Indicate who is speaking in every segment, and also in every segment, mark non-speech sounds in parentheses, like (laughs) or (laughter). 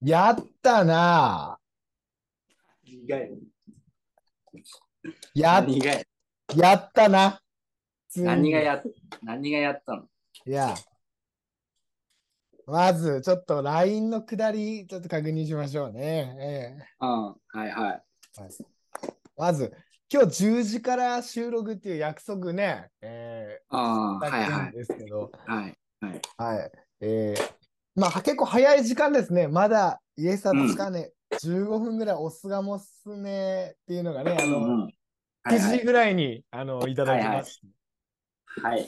Speaker 1: やったな
Speaker 2: 苦い。
Speaker 1: や、
Speaker 2: 何がや
Speaker 1: やったな。普通に
Speaker 2: 何がや何がやったの
Speaker 1: いや。まず、ちょっと LINE の下り、ちょっと確認しましょうね。ええ
Speaker 2: うん、はいはい。
Speaker 1: まず、今日10時から収録っていう約束ね、え
Speaker 2: ああ、
Speaker 1: え
Speaker 2: はい
Speaker 1: だ
Speaker 2: は
Speaker 1: ったん
Speaker 2: い。
Speaker 1: ですけど、
Speaker 2: はい。
Speaker 1: はい。ええまあ、結構早い時間ですね。まだ、イエスタ確かね、15分ぐらいおすがもっすねっていうのがね、あ
Speaker 2: う
Speaker 1: の、
Speaker 2: んうんはいは
Speaker 1: 9時
Speaker 2: い。
Speaker 1: ぐらいに、あのいただきました。
Speaker 2: はい。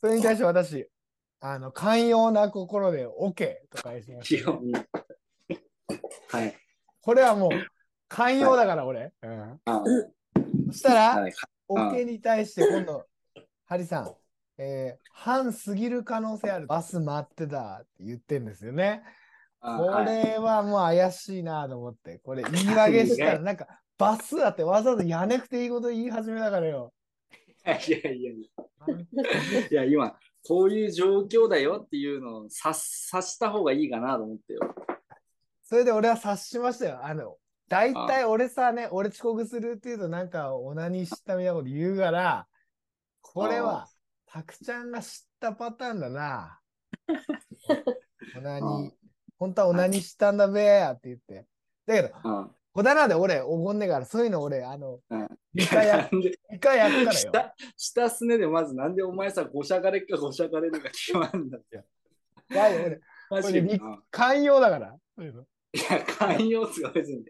Speaker 1: それに対して私、あの寛容な心で OK と返しま
Speaker 2: 基
Speaker 1: したね、
Speaker 2: 本はい。
Speaker 1: これはもう寛容だから、俺、うん
Speaker 2: あ
Speaker 1: そしたら、
Speaker 2: はい。
Speaker 1: OK に対して今度、ハリさん、えー、半すぎる可能性ある。バス待ってたって言ってんですよね。
Speaker 2: あ
Speaker 1: こ
Speaker 2: はい
Speaker 1: れはもう怪しいなと思って、これ言い訳したら、なんかバスだってわざわざやねくていいこと言い始めだからよ。
Speaker 2: いやいやいや、いや今、こういう状況だよっていうのを察察した方がいいかなと思ってよ。
Speaker 1: それで俺は察しましたよ。あの、大体俺さね、俺遅刻するっていうとなんかオナニーしたみたいなこと言うから、これは、たくちゃんが知ったパターンだ
Speaker 2: (laughs)
Speaker 1: な。オナニー、本当はオナニーしたんだべーって言って。だけど、
Speaker 2: うん
Speaker 1: 小棚で俺おごんねえから、そういうの俺、あの
Speaker 2: うん、
Speaker 1: 一回や、
Speaker 2: なんで
Speaker 1: 一回や
Speaker 2: (laughs)
Speaker 1: るからよ。
Speaker 2: 下下すねでまずなんでお前さ、ごしゃがれっかごしゃがれるか決まるんだって。
Speaker 1: だよ俺、こ
Speaker 2: マジ
Speaker 1: れ
Speaker 2: で。
Speaker 1: み
Speaker 2: うん
Speaker 1: 寛容だから。そういうの
Speaker 2: いや、寛容っすが別に。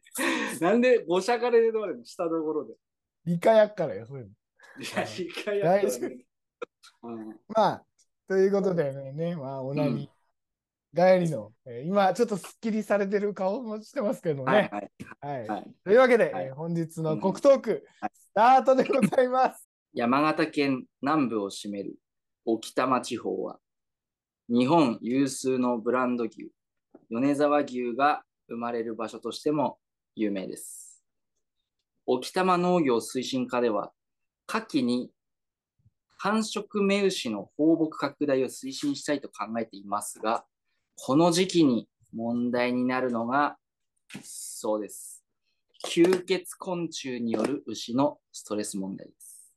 Speaker 2: なんでごしゃがれでどうでも下どころで。
Speaker 1: 一回やっからよ、そういうの。
Speaker 2: いや、一回やったらねうん
Speaker 1: まあ、ということでね、まあ、おなに、帰りの、えー今、ちょっとすっきりされてる顔もしてますけど
Speaker 2: はい
Speaker 1: ね。
Speaker 2: はい
Speaker 1: はい。
Speaker 2: はい。
Speaker 1: というわけで、
Speaker 2: はい
Speaker 1: えー本日の
Speaker 2: うん
Speaker 1: 国トーク、
Speaker 2: はい
Speaker 1: スタートでございます。
Speaker 2: 山形県南部を占める沖多摩地方は日本有数のブランド牛米沢牛が生まれる場所としても有名です沖多摩農業推進課では牡蠣に繁殖目牛の放牧拡大を推進したいと考えていますがこの時期に問題になるのがそうです吸血昆虫による牛のストレス問題です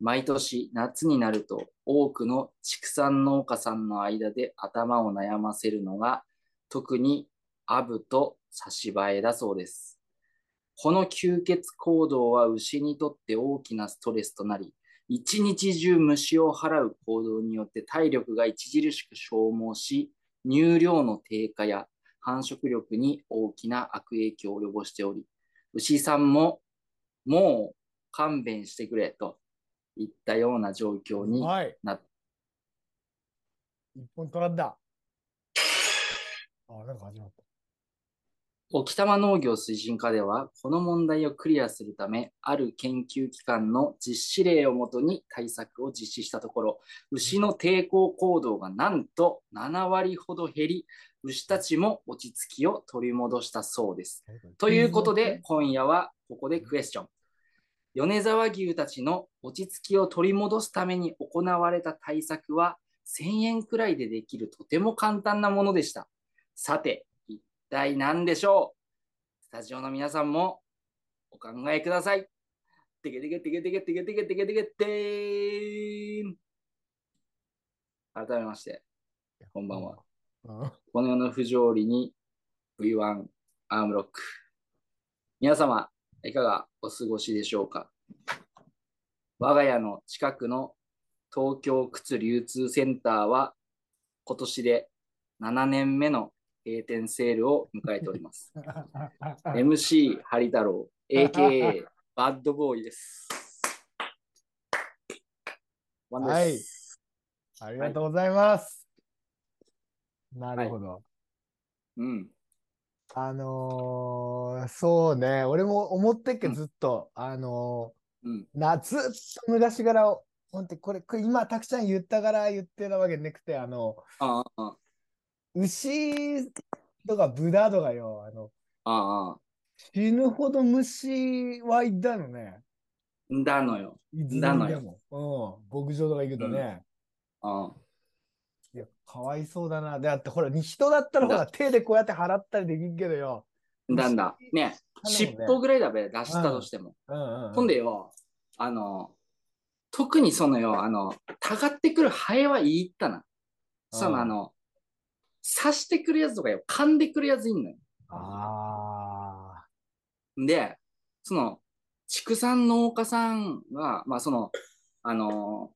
Speaker 2: 毎年夏になると多くの畜産農家さんの間で頭を悩ませるのが特にアブと差し映えだそうです。この吸血行動は牛にとって大きなストレスとなり、一日中虫を払う行動によって体力が著しく消耗し、乳量の低下や繁殖力に大きな悪影響を及ぼしており、牛さんももう勘弁してくれといったような状況に
Speaker 1: はい。
Speaker 2: なっ
Speaker 1: 一本取らんだ。あ、なんか始まった。
Speaker 2: 沖多摩農業推進課では、この問題をクリアするため、ある研究機関の実施例をもとに対策を実施したところ、牛の抵抗行動がなんと7割ほど減り、牛たちも落ち着きを取り戻したそうです。ということで、今夜はここでクエスチョン。米沢牛たちの落ち着きを取り戻すために行われた対策は、1000円くらいでできるとても簡単なものでした。さて、一体何でしょうスタジオの皆さんもお考えください。てけてけてけてけてけてけてけてけてーん改めまして、こんばんは。
Speaker 1: うん。
Speaker 2: この世の不条理に V1 アームロック。皆様、いかがお過ごしでしょうか我が家の近くの東京靴流通センターは今年で7年目の閉店セールを迎えております。MC ハリ太郎、AKA バッドボーイです。ワンです。
Speaker 1: ありがとうございます。なるほど。
Speaker 2: うん。
Speaker 1: あのーそうね、俺も思ってっけ、
Speaker 2: うん
Speaker 1: ずっと。あの
Speaker 2: うん。
Speaker 1: ーな、ずっと昔から、ほんとこれ、これ今、たくちゃん言ったから言ってたわけなくて、あの、
Speaker 2: ああ、あ
Speaker 1: 牛とか豚とかよ、あの、
Speaker 2: あ、ああ。
Speaker 1: 死ぬほど虫はいたのね。
Speaker 2: んだのよ。
Speaker 1: いつ
Speaker 2: だの
Speaker 1: で
Speaker 2: よ
Speaker 1: も。うん。牧場とか行くとね。
Speaker 2: ああ。
Speaker 1: いや、かわいそうだな。で、だってほら、人だったらほら、手でこうやって払ったりできんけどよ。
Speaker 2: なんだ。ね、尻尾ぐらいだべ、出したとしても。
Speaker 1: うんうん。
Speaker 2: ほんでよ、あの、特にそのよ、あの、たがってくるハエはいいったな。そのあの、刺してくるやつとかよ、噛んでくるやついんのよ。
Speaker 1: あ
Speaker 2: で、その、畜産農家さんが、まあその、あの、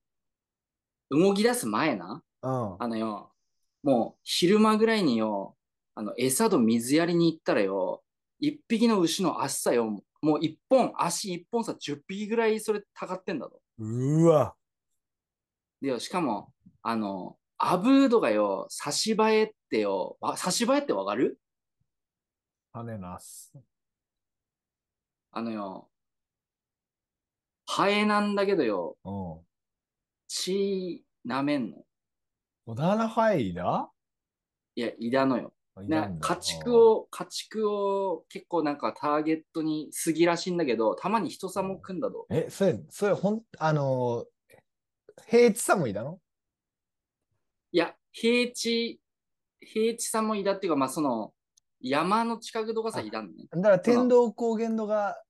Speaker 2: 動き出す前な、
Speaker 1: あ。うん。
Speaker 2: あのよ、もう昼間ぐらいによ、あの、餌と水やりに行ったらよ、一匹の牛の足さよ、もう一本、足一本さ、十匹ぐらいそれたかってんだと。
Speaker 1: うわ。
Speaker 2: でよ、しかも、あの、アブードがよ、差し映えってよ、わ差し映えってわかる
Speaker 1: 種なす。
Speaker 2: あのよ、ハエなんだけどよ、
Speaker 1: うん。小
Speaker 2: 血舐めんの。
Speaker 1: 田原ハイだ
Speaker 2: いや、胃だのよ。な家畜。を、家畜を結構なんかターゲットにすぎらしいんだけど、たまに人さも組んだと。
Speaker 1: え、それ、それ、ほん、あのー、平地さんもいいだの
Speaker 2: いや、平地、平地さも胃だっていうか、まあその、山の近くとかさ、
Speaker 1: あ
Speaker 2: 胃だの
Speaker 1: (laughs)
Speaker 2: ね。
Speaker 1: だから天童高原とか、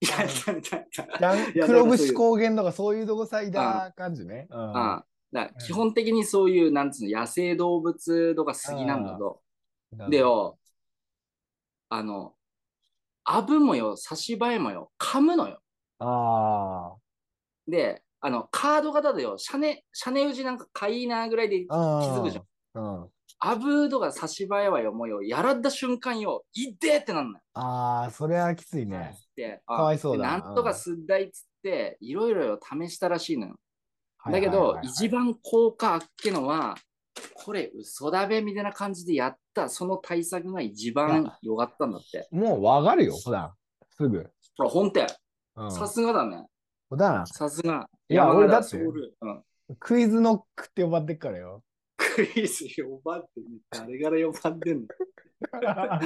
Speaker 2: いや、だんだんだん (laughs)
Speaker 1: やん
Speaker 2: いや
Speaker 1: 黒
Speaker 2: なんかそうい
Speaker 1: 節
Speaker 2: う
Speaker 1: 高原とかそういうとこさいだ感じね。うん。
Speaker 2: ああだから基本的にそういう、なんつうの、野生動物とか好きなんだと。
Speaker 1: なるほど
Speaker 2: で、よ、あの、アブもよ、差し映えもよ、噛むのよ。
Speaker 1: あ
Speaker 2: で、あの、カード型だよ、シャネ、シャネウジなんかかいいなぐらいで、
Speaker 1: あ。
Speaker 2: 気づくじゃん
Speaker 1: うん。
Speaker 2: アブードが差し映えはよ、もうよ、やらった瞬間よ、いでってなんのよ。
Speaker 1: ああ、それはきついね。
Speaker 2: で、
Speaker 1: かわいそうだ
Speaker 2: で
Speaker 1: な
Speaker 2: なんとかすっだいっつって、いろいろよ、試したらしいのよ。
Speaker 1: はい
Speaker 2: だけ
Speaker 1: はい
Speaker 2: ど
Speaker 1: は、い
Speaker 2: 一番効果あっけのは、これ嘘だべみたいな感じでやった、その対策が一番よかったんだって。
Speaker 1: もうわかるよ、普段。すぐ。
Speaker 2: ほら、本店、
Speaker 1: うん。
Speaker 2: さすがだね。
Speaker 1: 普段、
Speaker 2: さすが。
Speaker 1: いや
Speaker 2: 山
Speaker 1: 俺だ
Speaker 2: 形
Speaker 1: って
Speaker 2: ソウルうん。
Speaker 1: クイズノックって呼ばれてっから
Speaker 2: (laughs)
Speaker 1: よ。
Speaker 2: クリス呼ばんでね。誰から呼ばんでんの誰から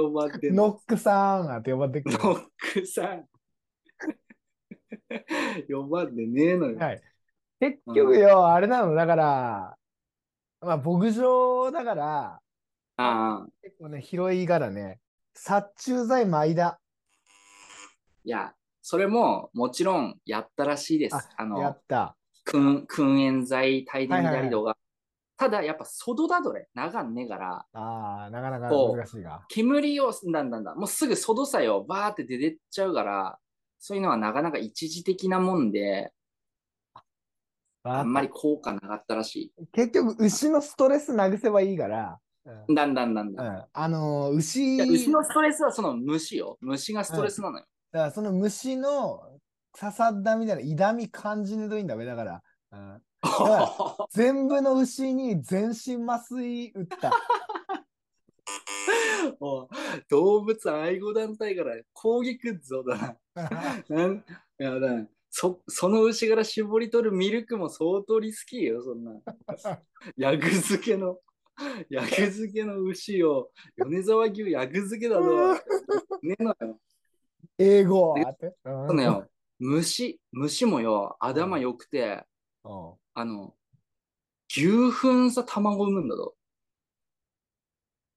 Speaker 2: 呼ばんでんの
Speaker 1: ノックさんって呼ばれてっから
Speaker 2: ノックさん。 (laughs) 呼ばんでねえのよ。
Speaker 1: はい。結局よ、あれなの、だから、まあ、牧場だから、
Speaker 2: ああ。
Speaker 1: 結構ね、広いからね、殺虫剤舞だ。
Speaker 2: いや、それももちろんやったらしいです。
Speaker 1: あ
Speaker 2: あ
Speaker 1: や
Speaker 2: の
Speaker 1: っ、た。
Speaker 2: 訓訓煙剤、大輪
Speaker 1: はいはい
Speaker 2: や
Speaker 1: はい
Speaker 2: り動画。ただ、やっぱ、外だどれ、長んねえから、
Speaker 1: ああ、なかなか
Speaker 2: こう
Speaker 1: 難しいが。
Speaker 2: 煙を、なんだなんだ、もうすぐ外さよ、バーって出てっちゃうから、そういうのはなかなか一時的なもんで、あ
Speaker 1: あ
Speaker 2: んまり効果なかったらし
Speaker 1: 結局、牛のストレス殴せばいいから、うん
Speaker 2: い。だんだんだんだん。
Speaker 1: うんあのー牛
Speaker 2: いや牛のストレスはその虫よ。虫がストレスなのよ。
Speaker 1: だからその虫の刺さったみたいな痛み感じねといいんだべだから、うん、
Speaker 2: (laughs)
Speaker 1: 全部の牛に全身麻酔打った。
Speaker 2: もう動物愛護団体から攻撃ぞだな。なんいやだなそその牛から絞り取るミルクも相当リスキーよ、そんな。薬漬けの、薬漬けの牛を、米沢牛薬漬けだぞ。ねえのよ。
Speaker 1: 英語あって。うん
Speaker 2: そのよ、虫、虫もよ、頭良くて、
Speaker 1: うん
Speaker 2: あの、牛糞さ卵産むんだぞ。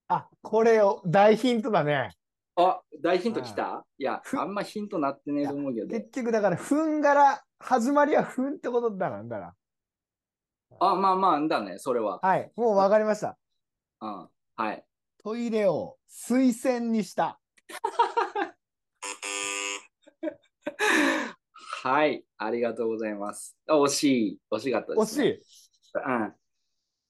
Speaker 1: あ、これを大ヒントだね。
Speaker 2: あ、大ヒントきたいや、
Speaker 1: ふ
Speaker 2: あんまヒントなってねえと思うけど
Speaker 1: 結。局だから、ふんから、始まりはふんってことだなんだら。
Speaker 2: あ、まあまあ、だね、それは。
Speaker 1: はい、もうわかりました。
Speaker 2: うん、はい。
Speaker 1: トイレを水洗にした。
Speaker 2: はい、ありがとうございます。あ惜しい、惜しかったで
Speaker 1: 惜し
Speaker 2: す、ね。
Speaker 1: い。
Speaker 2: うん。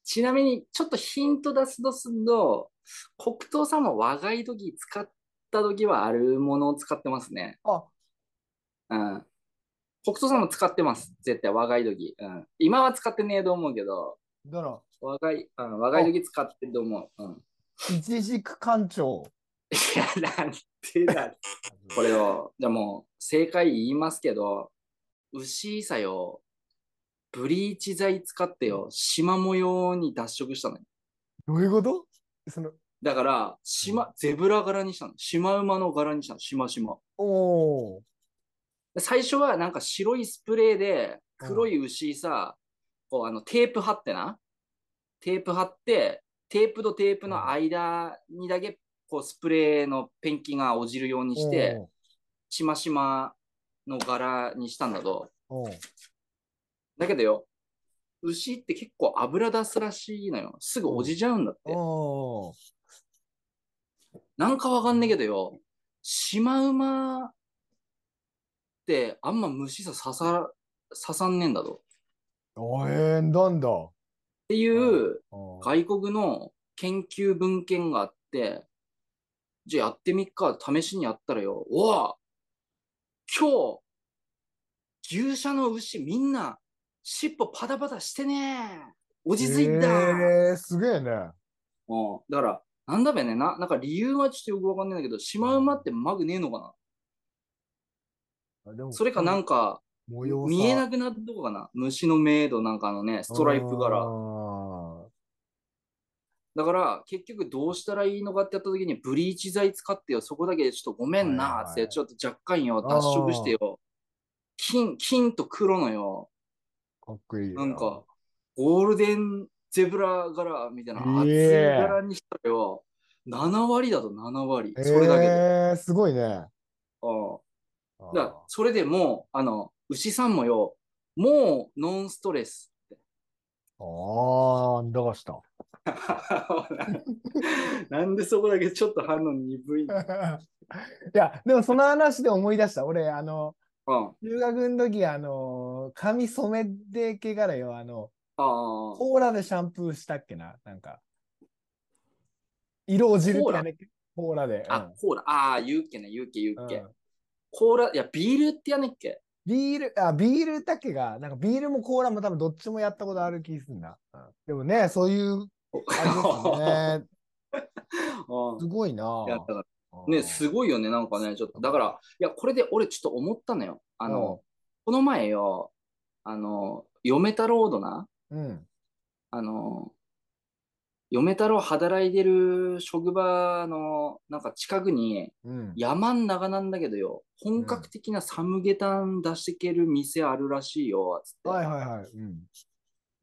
Speaker 2: ちなみに、ちょっとヒント出すとすると、黒糖さんも若い時使った時はあるものを使ってますね。
Speaker 1: あ、
Speaker 2: うん。黒糖さんも使ってます。絶対若い時。うん。今は使ってねえと思うけど、
Speaker 1: どの、
Speaker 2: 若い、うん、若い時使ってると思う。うん。
Speaker 1: 一軸館長。
Speaker 2: いや、なんてだ。これを、じゃあもう正解言いますけど、牛さよ、ブリーチ剤使ってよ、縞模様に脱色したのよ。
Speaker 1: どういうことその、
Speaker 2: だから、縞、ゼブラ柄にしたの。シマウマの柄にしたの。シマシマ。
Speaker 1: おー。
Speaker 2: 最初はなんか白いスプレーで、黒い牛さ、こうあのテープ貼ってな、テープ貼って、テープとテープの間にだけ、こう、スプレーのペンキが落ちるようにして、しましまの柄にしたんだと。
Speaker 1: おうおう
Speaker 2: だけどよ、牛って結構油出すらしいのよ。すぐ落ちちゃうんだって。
Speaker 1: おう
Speaker 2: なんかわかんねえけどよ、シマウマってあんま虫さ刺さ、刺さんねえんだと。っ
Speaker 1: おうえー、なんだ。
Speaker 2: ていう
Speaker 1: おう
Speaker 2: 外国の研究文献があって、じゃあやってみっか、試しにやったらよ、おわ今日、牛舎の牛みんな、尻尾パタパタしてねえ落ち着いた、
Speaker 1: えー、すげえね。
Speaker 2: うん、だから、なんだべねな、なんか理由はちょっとよくわかんないんだけど、シマウマってマグねえのかな
Speaker 1: あでも
Speaker 2: それかなんか、
Speaker 1: 模様さ
Speaker 2: 見えなくなったとこかな虫の明度なんかのね、ストライプ
Speaker 1: あ
Speaker 2: 柄。
Speaker 1: ー
Speaker 2: だから、結局どうしたらいいのかってやった時に、ブリーチ剤使ってよ、そこだけちょっとごめんな、っ
Speaker 1: はいは
Speaker 2: て、
Speaker 1: い
Speaker 2: ちょっと若干よ、脱色してよ、金、金と黒のよ、
Speaker 1: かっこいい。
Speaker 2: なんか、、ゴールデンゼブラ柄みたいな、
Speaker 1: い
Speaker 2: 厚
Speaker 1: い
Speaker 2: い
Speaker 1: え
Speaker 2: 柄にしたらよ、7割だと7割。
Speaker 1: えー、
Speaker 2: それだけで。
Speaker 1: すごいね。
Speaker 2: うん
Speaker 1: あ
Speaker 2: だからそれでもう、あの、牛さんもよ、もうノンストレス。 (laughs)
Speaker 1: ーあー、だがした。
Speaker 2: なんでそこだけちょっと反応鈍
Speaker 1: (laughs)
Speaker 2: いの
Speaker 1: いや、でもその話で思い出した。俺、あの、
Speaker 2: うん。
Speaker 1: 中学の時、あの、髪染めてけからよ、あの、
Speaker 2: ああ。
Speaker 1: コーラでシャンプーしたっけな、なんか。色落ちるってやめて、コーラで。
Speaker 2: あ、コーラ。ああ、言うっけね、言うっけ、言
Speaker 1: う
Speaker 2: うんっけ
Speaker 1: う。ん
Speaker 2: コーラ、いや、ビールってやねっけ。
Speaker 1: ビール、あ、ビールだけが、なんかビールもコーラも多分どっちもやったことある気すんな。うんでもね、そういう、あれですね。
Speaker 2: (laughs) う
Speaker 1: す
Speaker 2: ん
Speaker 1: ごいない
Speaker 2: やだから
Speaker 1: ぁ
Speaker 2: ね、すごいよね、なんかね、ちょっと。だから、いや、これで俺ちょっと思ったのよ。あの、、この前よ、あの、嫁太郎どな、
Speaker 1: うん。
Speaker 2: あの、嫁太郎働いてる職場のなんか近くに
Speaker 1: うん。
Speaker 2: 山ん中なんだけどよ、本格的なサムゲタン出してける店あるらしいよ、つって。
Speaker 1: はいはいはい。うん。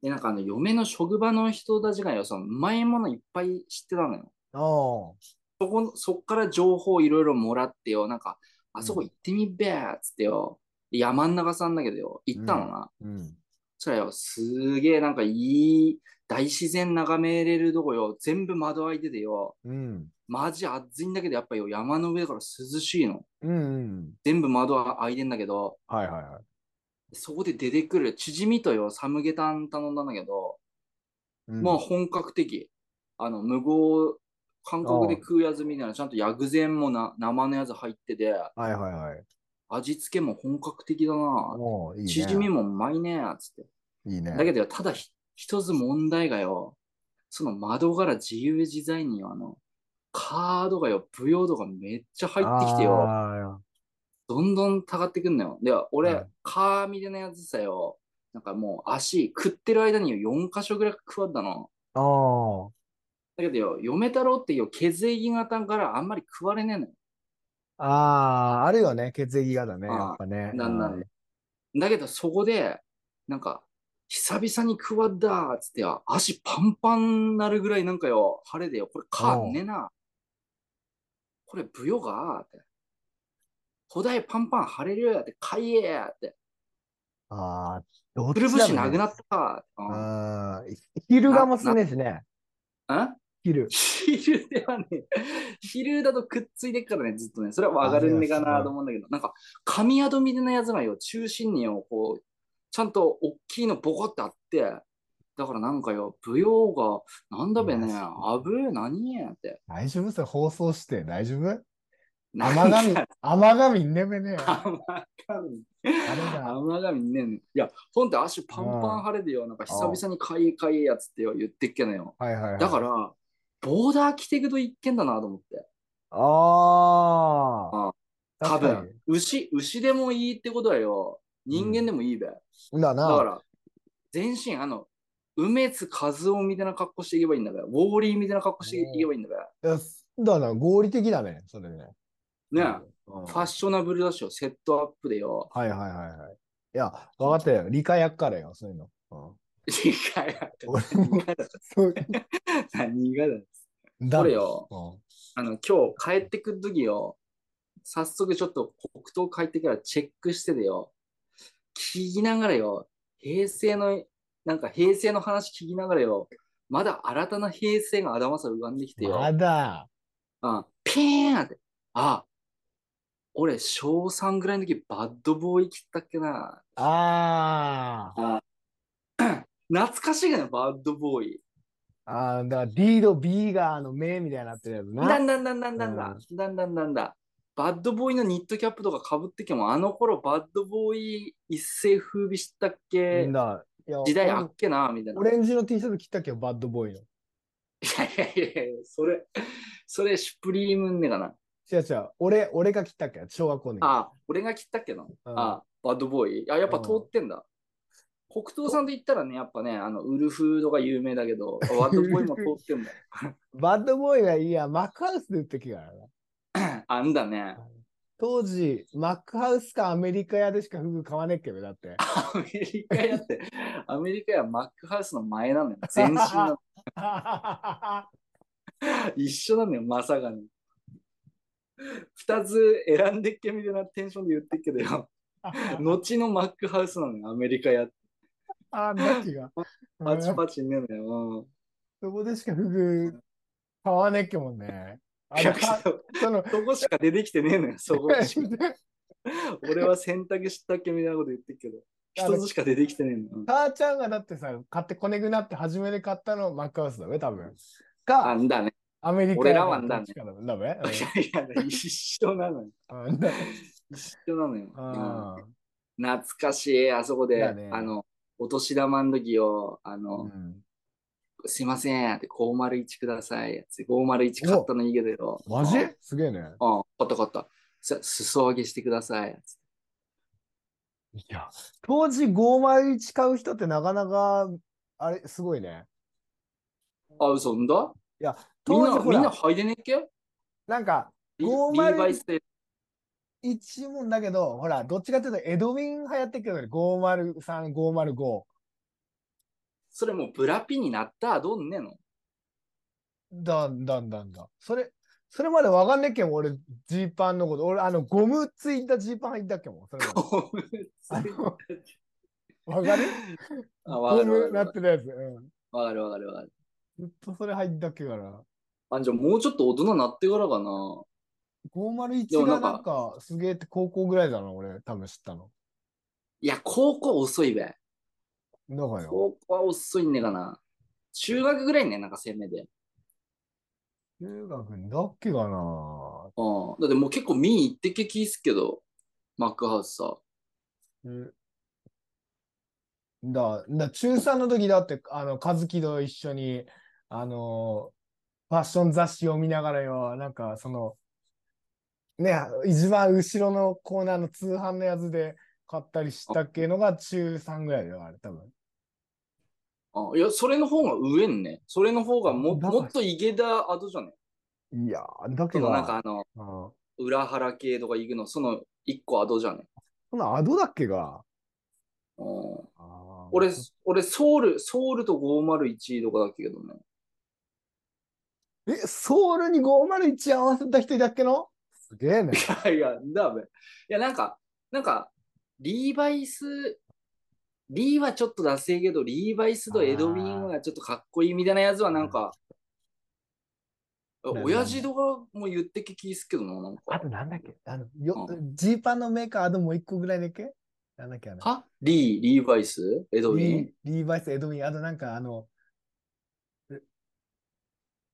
Speaker 2: で、なんかあの嫁の職場の人たちがよ、そのうまいものいっぱい知ってたのよ。
Speaker 1: ああ。
Speaker 2: そこ、そっから情報いろいろもらってよ、なんか、あそこ行ってみっべーっつってよ、山ん中さんだけどよ、行ったのな。
Speaker 1: うん。
Speaker 2: それよ、すげえなんかいい、大自然眺めれるとこよ、全部窓開いててよ、
Speaker 1: うん。
Speaker 2: マジ暑いんだけど、やっぱよ、山の上だから涼しいの。
Speaker 1: うんうん。
Speaker 2: 全部窓開いてんだけど、
Speaker 1: はいはいはい。
Speaker 2: そこで出てくるチヂミとよ、サムゲタン頼んだんだけど、
Speaker 1: うん
Speaker 2: まあ本格的。あの、無謀、韓国で食うやつみたいな、ちゃんと薬膳もな生のやつ入ってて、
Speaker 1: はいはいはい。
Speaker 2: 味付けも本格的だな。
Speaker 1: もういいね。
Speaker 2: チヂミもうまいねつって。
Speaker 1: いいね。
Speaker 2: だけどよ、ただひ一つ問題がよ、その窓から自由自在によあの、カードがよ、舞踊とかめっちゃ入ってきてよ、
Speaker 1: あ
Speaker 2: どんどん上がってくんのよ。で、俺、
Speaker 1: うん
Speaker 2: カーみたいなやつさよ、なんかもう足食ってる間によ4箇所ぐらい食わったの。
Speaker 1: ーあ
Speaker 2: だけどよ、嫁太郎ってよ、血液型からあんまり食われねえの
Speaker 1: ー。
Speaker 2: よ。
Speaker 1: あーあるよね。血液型ね。
Speaker 2: あー
Speaker 1: やっぱね。
Speaker 2: なんな
Speaker 1: うん
Speaker 2: だけどそこで、なんか、久々に食わったーっつってよ、足パンパンなるぐらいなんかよ、晴れでよ、これか
Speaker 1: おう
Speaker 2: ねえな。これブヨがーって。古代パンパン晴れるーって、かいえーって。
Speaker 1: ああ。どっ
Speaker 2: く
Speaker 1: ち
Speaker 2: るぶし
Speaker 1: だろ
Speaker 2: な
Speaker 1: う
Speaker 2: く
Speaker 1: ね
Speaker 2: なったーって。うん
Speaker 1: あー昼がもすねえしね。
Speaker 2: ん
Speaker 1: 昼。
Speaker 2: 昼ではね、昼だとくっついてっからね、ずっとね、それはわかるんねかなと思うんだけど、なんか、神宿みたいなやつがよ、中心によ、こう、ちゃんと大きいのボコってあって、だからなんかよ、舞踊が、なんだべね、
Speaker 1: いや
Speaker 2: あぶえ、何やって。
Speaker 1: 大丈夫それ放送して。大丈夫甘神、甘神ねめねえ。
Speaker 2: 甘
Speaker 1: れだ
Speaker 2: 神。甘神ね。いや、ほんと足パンパン腫れてよ、なんか久々にかいかいやつってよ、言ってっけなよ。
Speaker 1: はいはいはい。
Speaker 2: だから、ボーダー着てくと一見だなと思って。
Speaker 1: ああ。
Speaker 2: 多
Speaker 1: 確か
Speaker 2: 分、牛、牛でもいいってことはよ、人間でもいいべ。だ
Speaker 1: に。だな。
Speaker 2: から、全身、あの、梅津和夫みたいな格好していけばいいんだべ。ウォーリーみたいな格好していけばいいんだ
Speaker 1: いやだな。合理的だね。それね。
Speaker 2: べ。ねえ、
Speaker 1: うん
Speaker 2: ファッショナブルだしよ、セットアップでよ。
Speaker 1: はいはいはいはい。いや、分かったよ。理解やっからよ、そういうの。うん
Speaker 2: (laughs) 理解が
Speaker 1: 俺
Speaker 2: (laughs)
Speaker 1: も
Speaker 2: 何がだ
Speaker 1: そう。
Speaker 2: 何がだ
Speaker 1: だ
Speaker 2: これよ
Speaker 1: うん
Speaker 2: あの、今日帰ってくるときよ、早速ちょっと黒糖帰ってからチェックしてでよ、聞きながらよ、平成の、なんか平成の話聞きながらよ、まだ新たな平成が頭さ浮かんできてよ、
Speaker 1: まだ。
Speaker 2: うん、ピーンって、あ、俺、小3ぐらいの時バッドボーイ切ったっけな。
Speaker 1: あ
Speaker 2: 懐かしいがね、バッドボーイ。
Speaker 1: あ。ああ、だからリード、ビーガーの目みたいになってるやつな。
Speaker 2: だんだんだんだんだんだん、だんだんだんだん。バッドボーイのニットキャップとかかぶってきても、あの頃バッドボーイ一世風靡したっけ
Speaker 1: だいや
Speaker 2: 時代あっけなみたいな。
Speaker 1: オレンジの T シャツ着たっけよ、バッドボーイの。
Speaker 2: いやいやいやいや、それ、それ、シュプリームねかな。
Speaker 1: 違う違う。俺、俺が着たっけ小学校の時。
Speaker 2: あ、俺が切ったっけな。
Speaker 1: うん
Speaker 2: あ、バッドボーイ。あ、やっぱ通ってんだ。北東さんと言ったらね、やっぱね、あのウルフードが有名だけど、バッドボーイも通ってんだ。
Speaker 1: (laughs) バッドボーイはいいや、マックハウスで売ってきたからな。
Speaker 2: あんだね。
Speaker 1: 当時、マックハウスかアメリカ屋でしかフグ買わねえっけど、だ
Speaker 2: (laughs)
Speaker 1: って。
Speaker 2: アメリカやって、アメリカやマックハウスの前なのよ。前身なの。一緒なのよ、まさかに。二つ選んでっけみたいなテンションで言ってっけどよ。後のマックハウスなのよ、アメリカやって。
Speaker 1: あ、なっちが。
Speaker 2: パチパチねえのよ。
Speaker 1: そこでしかフグ買わねえっけもんね。
Speaker 2: うん
Speaker 1: あ
Speaker 2: い
Speaker 1: の
Speaker 2: や
Speaker 1: か
Speaker 2: そ
Speaker 1: その、
Speaker 2: こしか出てきてねえのよ、そ (laughs) こしか。俺は選択したっけみたいなこと言ってっけど。一つしか出てきてねえのようん。
Speaker 1: 母ちゃんがだってさ、買ってこねぐなって初めで買ったのマックハウスだべ、多分。か
Speaker 2: あ、んだね。
Speaker 1: アメリカ
Speaker 2: 俺らはんだ
Speaker 1: ど
Speaker 2: ね
Speaker 1: っちかだべ。だべ。
Speaker 2: いやいや、一緒なのよ。
Speaker 1: うんうんだ
Speaker 2: 一緒なのよ。うん
Speaker 1: あ
Speaker 2: 懐かしい、あそこで、
Speaker 1: だね
Speaker 2: あの、お年玉の時を、あ
Speaker 1: ーう
Speaker 2: の、
Speaker 1: ん
Speaker 2: すいません、って501くださいやつ。501買ったのいいけどよ。
Speaker 1: マジ
Speaker 2: うん、
Speaker 1: すげえね。
Speaker 2: 買った買った。す裾上げしてくださいやつ。
Speaker 1: いや、当時501買う人ってなかなか、あれ、すごいね。
Speaker 2: あ、嘘んだみん
Speaker 1: 当
Speaker 2: な、
Speaker 1: 時ほ
Speaker 2: みんな
Speaker 1: ら、
Speaker 2: 履いてねっけ
Speaker 1: なんか、
Speaker 2: リ
Speaker 1: 501
Speaker 2: リーバイスで。
Speaker 1: 一もんだけど、ほら、どっちかっていうと、エドウィン流行ってるけどね、503、505。
Speaker 2: それもうブラピになったどんねの
Speaker 1: だんだんだんだん。それ、それまでわかんねえけん、俺、ジーパンのこと。俺、あの、ゴムついたジーパン入ったっけもん。それまであのわかる
Speaker 2: (laughs) あ、わ
Speaker 1: ゴ
Speaker 2: かる
Speaker 1: ム
Speaker 2: わか
Speaker 1: な
Speaker 2: る
Speaker 1: ってるやつ。うん。
Speaker 2: わかるわかるわかる。
Speaker 1: ずっとそれ入ったっけから。
Speaker 2: あ、じゃあもうちょっと大人になってからかな。で
Speaker 1: 501
Speaker 2: も
Speaker 1: が
Speaker 2: なんか
Speaker 1: なんか、すげえって高校ぐらいだな、俺、多分知ったの。
Speaker 2: いや、高校遅いべ。
Speaker 1: だからよ。
Speaker 2: 高校は遅いんねかな。中学ぐらいね、なんか攻めで。
Speaker 1: 中学にだっけかな
Speaker 2: うん。だってもう結構見に行ってけきっすけど、マックハウスさ。
Speaker 1: 中だ、だ、中3の時だって、あの、和樹と一緒に、あの、ファッション雑誌を見ながらよ、なんか、その、ね、一番後ろのコーナーの通販のやつで買ったりしたっけのが中3ぐらいだよ、あれ、多分。
Speaker 2: うんいや、それの方が上んね。それの方がも
Speaker 1: だから
Speaker 2: もっと池田後じゃね。
Speaker 1: いやー、だ
Speaker 2: そ
Speaker 1: けど
Speaker 2: のなんかあの、
Speaker 1: うん
Speaker 2: 裏原系とか行くの、その一個後じゃね。
Speaker 1: そのアドだっけが。
Speaker 2: うん。
Speaker 1: あー
Speaker 2: 俺、俺、ソウル、ソウルと501とかだけどね。 (laughs)
Speaker 1: え、ソウルに501合わせた人いたっけのすげえね。
Speaker 2: いやいや、だべ。いや、なんか、なんか、リーバイス、リーはちょっとダセいけど、リーバイスとエドウィンはちょっとかっこいいみたいなやつは、なんか、
Speaker 1: んだ
Speaker 2: 親父とかも言ってききっすけどな、なん
Speaker 1: あ
Speaker 2: か。
Speaker 1: となんだっけあの、よ
Speaker 2: う、
Speaker 1: ジーパンのメーカー、あともう一個ぐらいだっけなんだっけあの、
Speaker 2: はリー、リーバイス、エドウィン
Speaker 1: リ。ーリーバイス、エドウィン、あとなんかあの、え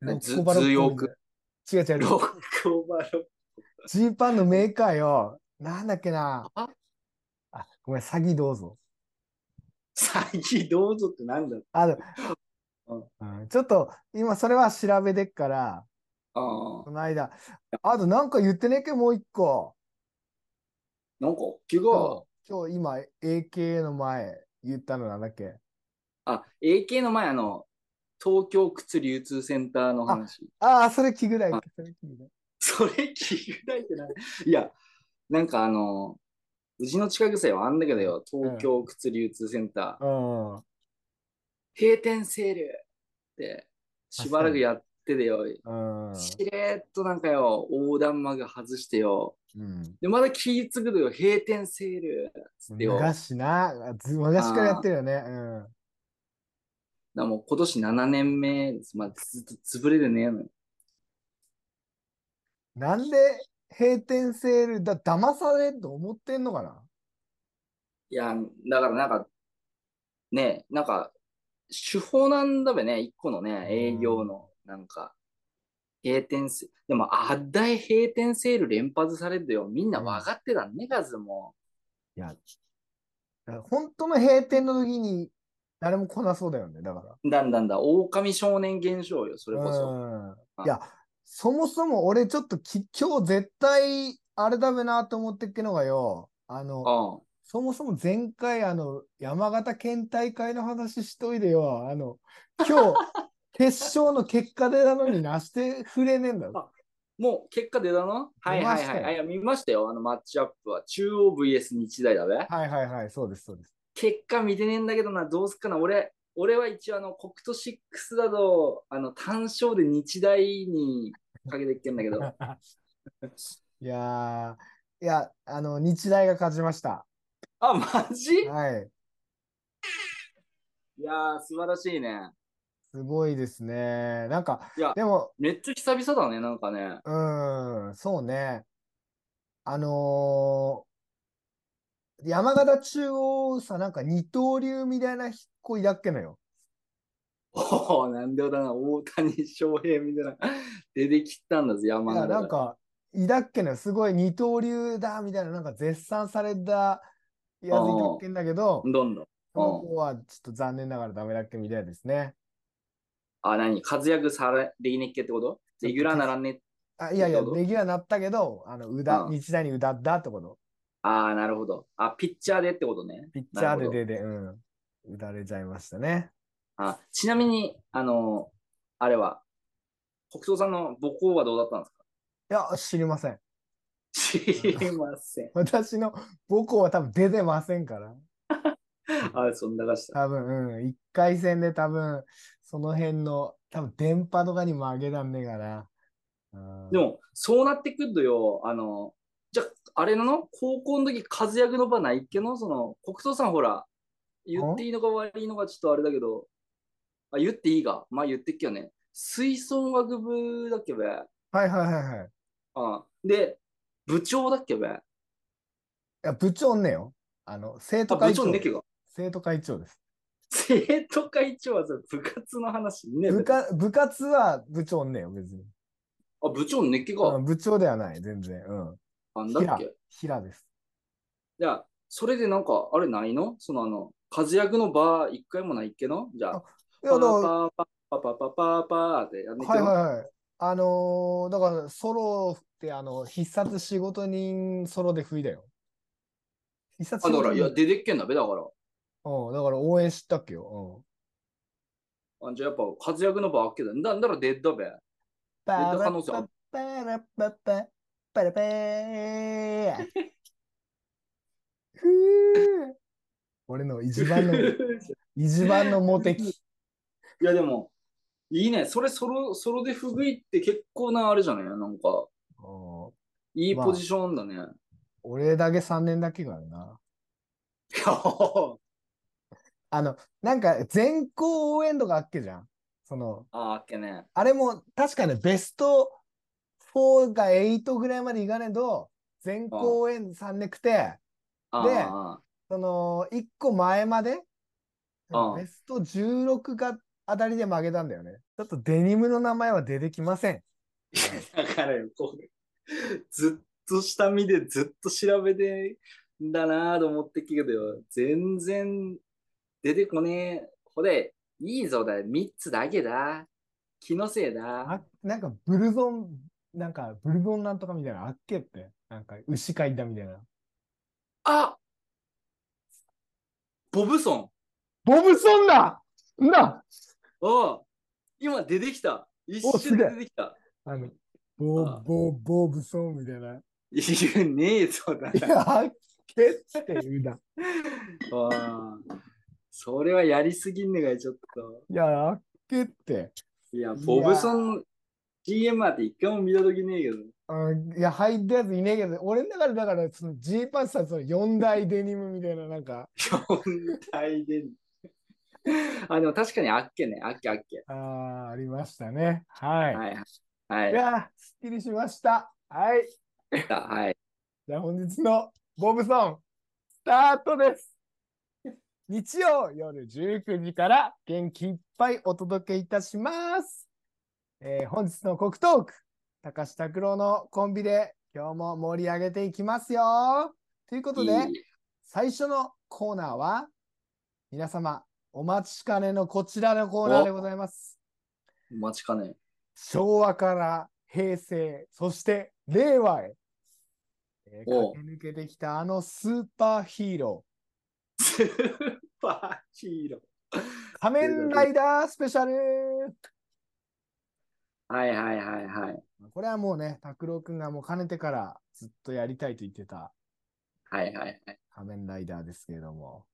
Speaker 1: ロ
Speaker 2: ね
Speaker 1: ッコバロ
Speaker 2: ズズヨ
Speaker 1: ッ
Speaker 2: ー
Speaker 1: ク
Speaker 2: ク
Speaker 1: みたいな。違う違
Speaker 2: ロ
Speaker 1: う。
Speaker 2: ックオーバーロック
Speaker 1: ジーパンのメーカーよ。なんだっけな。
Speaker 2: あ
Speaker 1: あ、ごめん、詐欺どうぞ。
Speaker 2: 最近どうぞってなんだ
Speaker 1: あの
Speaker 2: うん、
Speaker 1: うんちょっと、今それは調べてっから、
Speaker 2: ああ
Speaker 1: こ、の間、あとなんか言ってねえっけ、もう一個。
Speaker 2: なんか、結
Speaker 1: 今
Speaker 2: 構、
Speaker 1: 日、今日今 AK の前言ったのなんだっけ
Speaker 2: あ、AK の前、あの、東京靴流通センターの話。
Speaker 1: ああ、それ聞くだい
Speaker 2: あ。
Speaker 1: それ聞くだい
Speaker 2: それ聞くないってない。いや、なんかあの、うちの近くさえはあんだけどよ、東京靴流通センター。
Speaker 1: うん。
Speaker 2: 閉店セールって、しばらくやってでよ、
Speaker 1: うん。
Speaker 2: しれーっとなんかよ、横断幕外してよ、
Speaker 1: うん。
Speaker 2: で、まだ気ぃつくとよ、閉店セールっつってよ、だか
Speaker 1: 昔な、ず昔からやってるよね。うん。
Speaker 2: らもう今年7年目です、まあ、ずっと潰れてねえのよ。
Speaker 1: なんで閉店セールだ、騙されると思ってんのかない
Speaker 2: や、だからなんか、ねなんか、手法なんだべね、一個のね、営業の、なんか、閉店セでも、あっだい閉店セール連発されてよ、みんな分かってたんね、数も。
Speaker 1: いや、だから本当の閉店の時に誰も来なそうだよね、だから。
Speaker 2: だんだんだ、狼少年現象よ、それこそ。
Speaker 1: うん。いや、そもそも俺ちょっとき今日絶対あれだべなと思ってっけのがよ、あの、
Speaker 2: うん。
Speaker 1: そもそも前回、あの、山形県大会の話しといでよ。あの、
Speaker 2: (laughs)
Speaker 1: 今日、決勝の結果でなのになして触れねえんだろ。
Speaker 2: もう結果出たのはいはい
Speaker 1: 出まし
Speaker 2: は
Speaker 1: た
Speaker 2: い。
Speaker 1: よ
Speaker 2: あいや見ましたよ、あのマッチアップは。中央 VS 日大だべ。
Speaker 1: はいはいはい、そうです、そうです。
Speaker 2: 結果見てねえんだけどな、どうすっかな。俺、俺は一応あの、国都6だと、あの、単勝で日大にかけていってんだ
Speaker 1: (laughs)
Speaker 2: けど、
Speaker 1: いやー、いや、あの、日大が勝ちました。
Speaker 2: あ、マジい
Speaker 1: はい。
Speaker 2: やー、素晴らしいね。
Speaker 1: すごいですね。なんか
Speaker 2: いや、
Speaker 1: でも、
Speaker 2: めっちゃ久々だね、なんかね。
Speaker 1: うーん、そうね。あのー山形中央さ、なんか二刀流みたいな子いだっけのよ。
Speaker 2: おお、なんで俺な、大谷翔平みたいな、出てきたんだぜ、
Speaker 1: い
Speaker 2: 山
Speaker 1: や、な
Speaker 2: 形
Speaker 1: んか、いだっけな、すごい二刀流だみたいな、なんか絶賛されたやついたっけんだけど、
Speaker 2: どんどん。
Speaker 1: その子はちょっと残念ながらダメだっけみたいですね。
Speaker 2: あ、何活躍され、できねっけってことレギュラーならんねっ
Speaker 1: あ、いやいや、
Speaker 2: なるほど
Speaker 1: レギュラーなったけど、あの、うだ、
Speaker 2: うん
Speaker 1: 日大にうだったってこと。
Speaker 2: ああ、なるほど。あ、ピッチャーでってことね。
Speaker 1: ピッチャー
Speaker 2: なる
Speaker 1: で
Speaker 2: ほど
Speaker 1: 出て、うん。うだれちゃいましたね。
Speaker 2: あちなみに、あの、あれは、北東さんの母校はどうだったんですか
Speaker 1: いや、知りません。
Speaker 2: (laughs) 知りませ
Speaker 1: (laughs)
Speaker 2: ん。
Speaker 1: 私の母校は多分出てませんから。
Speaker 2: あ、そんながした。
Speaker 1: 多分、うん。一回戦で多分、その辺の、多分電波とかにも上げらんねえから。うん
Speaker 2: でも、そうなってくるとよ、あの、じゃあ、あれなの高校の時、活躍の場ないっけのその、北東さんほら、言っていいのか悪いのかちょっとあれだけど、あ、言っていいかまあ言ってっけよね。吹奏楽部だっけべ。
Speaker 1: はいはいはいはい。い
Speaker 2: あで、部長だっけべ。
Speaker 1: や、部長おんねえよ。あの、生
Speaker 2: あ、
Speaker 1: 徒
Speaker 2: 部
Speaker 1: 会
Speaker 2: 長
Speaker 1: 長。
Speaker 2: ねっけが。
Speaker 1: 生徒会長です。
Speaker 2: 生徒会長はさ、部活の話ね。
Speaker 1: 部下部活は部長おんねえよ、別に。
Speaker 2: あ、部長の熱気か。
Speaker 1: うん部長ではない、全然。うん。
Speaker 2: あんだっ
Speaker 1: 平
Speaker 2: け
Speaker 1: 平です。
Speaker 2: じゃあ、それでなんか、あれないのそのあの、活躍の場一回もないっけのじゃあ、
Speaker 1: い
Speaker 2: パ
Speaker 1: や、だ
Speaker 2: ー
Speaker 1: か
Speaker 2: パーパーパーパーパーパーってやんね
Speaker 1: ら、
Speaker 2: っ
Speaker 1: は
Speaker 2: け
Speaker 1: い
Speaker 2: の、
Speaker 1: はいはい。あのーだから、ソロって、あの、必殺仕事人ソロで吹いだよ。必殺
Speaker 2: あ、
Speaker 1: 仕
Speaker 2: だか
Speaker 1: 事
Speaker 2: ら、いや、
Speaker 1: 人。
Speaker 2: 出てっけんだべ、だから。
Speaker 1: うん、だから応援したっけよ。うん。
Speaker 2: あじゃあやっぱ活躍の場あっけだ。だだから出っだべ。
Speaker 1: パ
Speaker 2: 出た
Speaker 1: ラ
Speaker 2: 可能性あ
Speaker 1: パパ
Speaker 2: る
Speaker 1: ラパパパラパーふー俺の一番の
Speaker 2: (laughs) い
Speaker 1: 一番のモテ期。
Speaker 2: や、でも、いいね。それ、ソロ、ソロでふぐいって結構なあれじゃないなんか、
Speaker 1: うん
Speaker 2: いい
Speaker 1: まあ
Speaker 2: ポジションだね。
Speaker 1: 俺だけ3年だけがあるな。
Speaker 2: いや
Speaker 1: あの、なんか全校応援とかあっけじゃん。その、
Speaker 2: あ、あっけね。
Speaker 1: あれも確かね、ベスト4が8ぐらいまでいかねど、全校応援3年くて、
Speaker 2: あ
Speaker 1: で
Speaker 2: あ
Speaker 1: その、1個前まで、
Speaker 2: うん
Speaker 1: ベスト16があたりで負けたんだよね。ちょっとデニムの名前は出てきません。
Speaker 2: だからよ、こう、ずっと下見でずっと調べてんだなぁと思ってっけどよ、全然出てこねえ。これ、いいぞだ、3つだけだ。気のせいだ
Speaker 1: あ。なんかブルゾン、なんかブルゾンなんとかみたいなのあっけって。なんか牛飼いだみたいな。
Speaker 2: あボブソン
Speaker 1: ボブソンだな
Speaker 2: あ今出てきた一
Speaker 1: おす
Speaker 2: 瞬
Speaker 1: げ
Speaker 2: で
Speaker 1: え
Speaker 2: 出てきた。
Speaker 1: あの、ボ
Speaker 2: ああ
Speaker 1: ボボブソンみたい (laughs) な。
Speaker 2: いや、 (laughs) ねえぞだ
Speaker 1: い。や、あっけって言うな。
Speaker 2: あーそれはやりすぎんねがい、ちょっと。
Speaker 1: いや、ラッケって。
Speaker 2: いや、
Speaker 1: いや
Speaker 2: ボブソン GM あって一回も見たときねえけど。
Speaker 1: うん、いや、履いたやついねえけど、俺の中でだから、そのジーパンツさ、その4大デニムみたいな、なんか、
Speaker 2: 4体で。あ、でも確かにあっけね。あっけあっけ。
Speaker 1: あーありましたね。はい。、
Speaker 2: はいいはい。
Speaker 1: い
Speaker 2: は
Speaker 1: やー、すっきりしました。はい。
Speaker 2: い。はい。
Speaker 1: じゃあ本日のボブソン、スタートです。日曜夜19時から元気いっぱいお届けいたします。えー本日の国トーク、高橋拓郎のコンビで今日も盛り上げていきますよ。ということで、
Speaker 2: いい
Speaker 1: 最初のコーナーは、皆様お待ちかねのこちらのコーナーでございます。
Speaker 2: お待ちかね。
Speaker 1: 昭和から平成、そして令和へ、えー
Speaker 2: おう
Speaker 1: 駆け抜けてきたあのスーパーヒーロ
Speaker 2: スーパーヒーロ
Speaker 1: ー、仮面ライダースペシャル
Speaker 2: ー。はいはいはいはい。
Speaker 1: これはもうね、拓郎くんがもうかねてからずっとやりたいと言ってた
Speaker 2: はいはいはい。
Speaker 1: 仮面ライダーですけれども、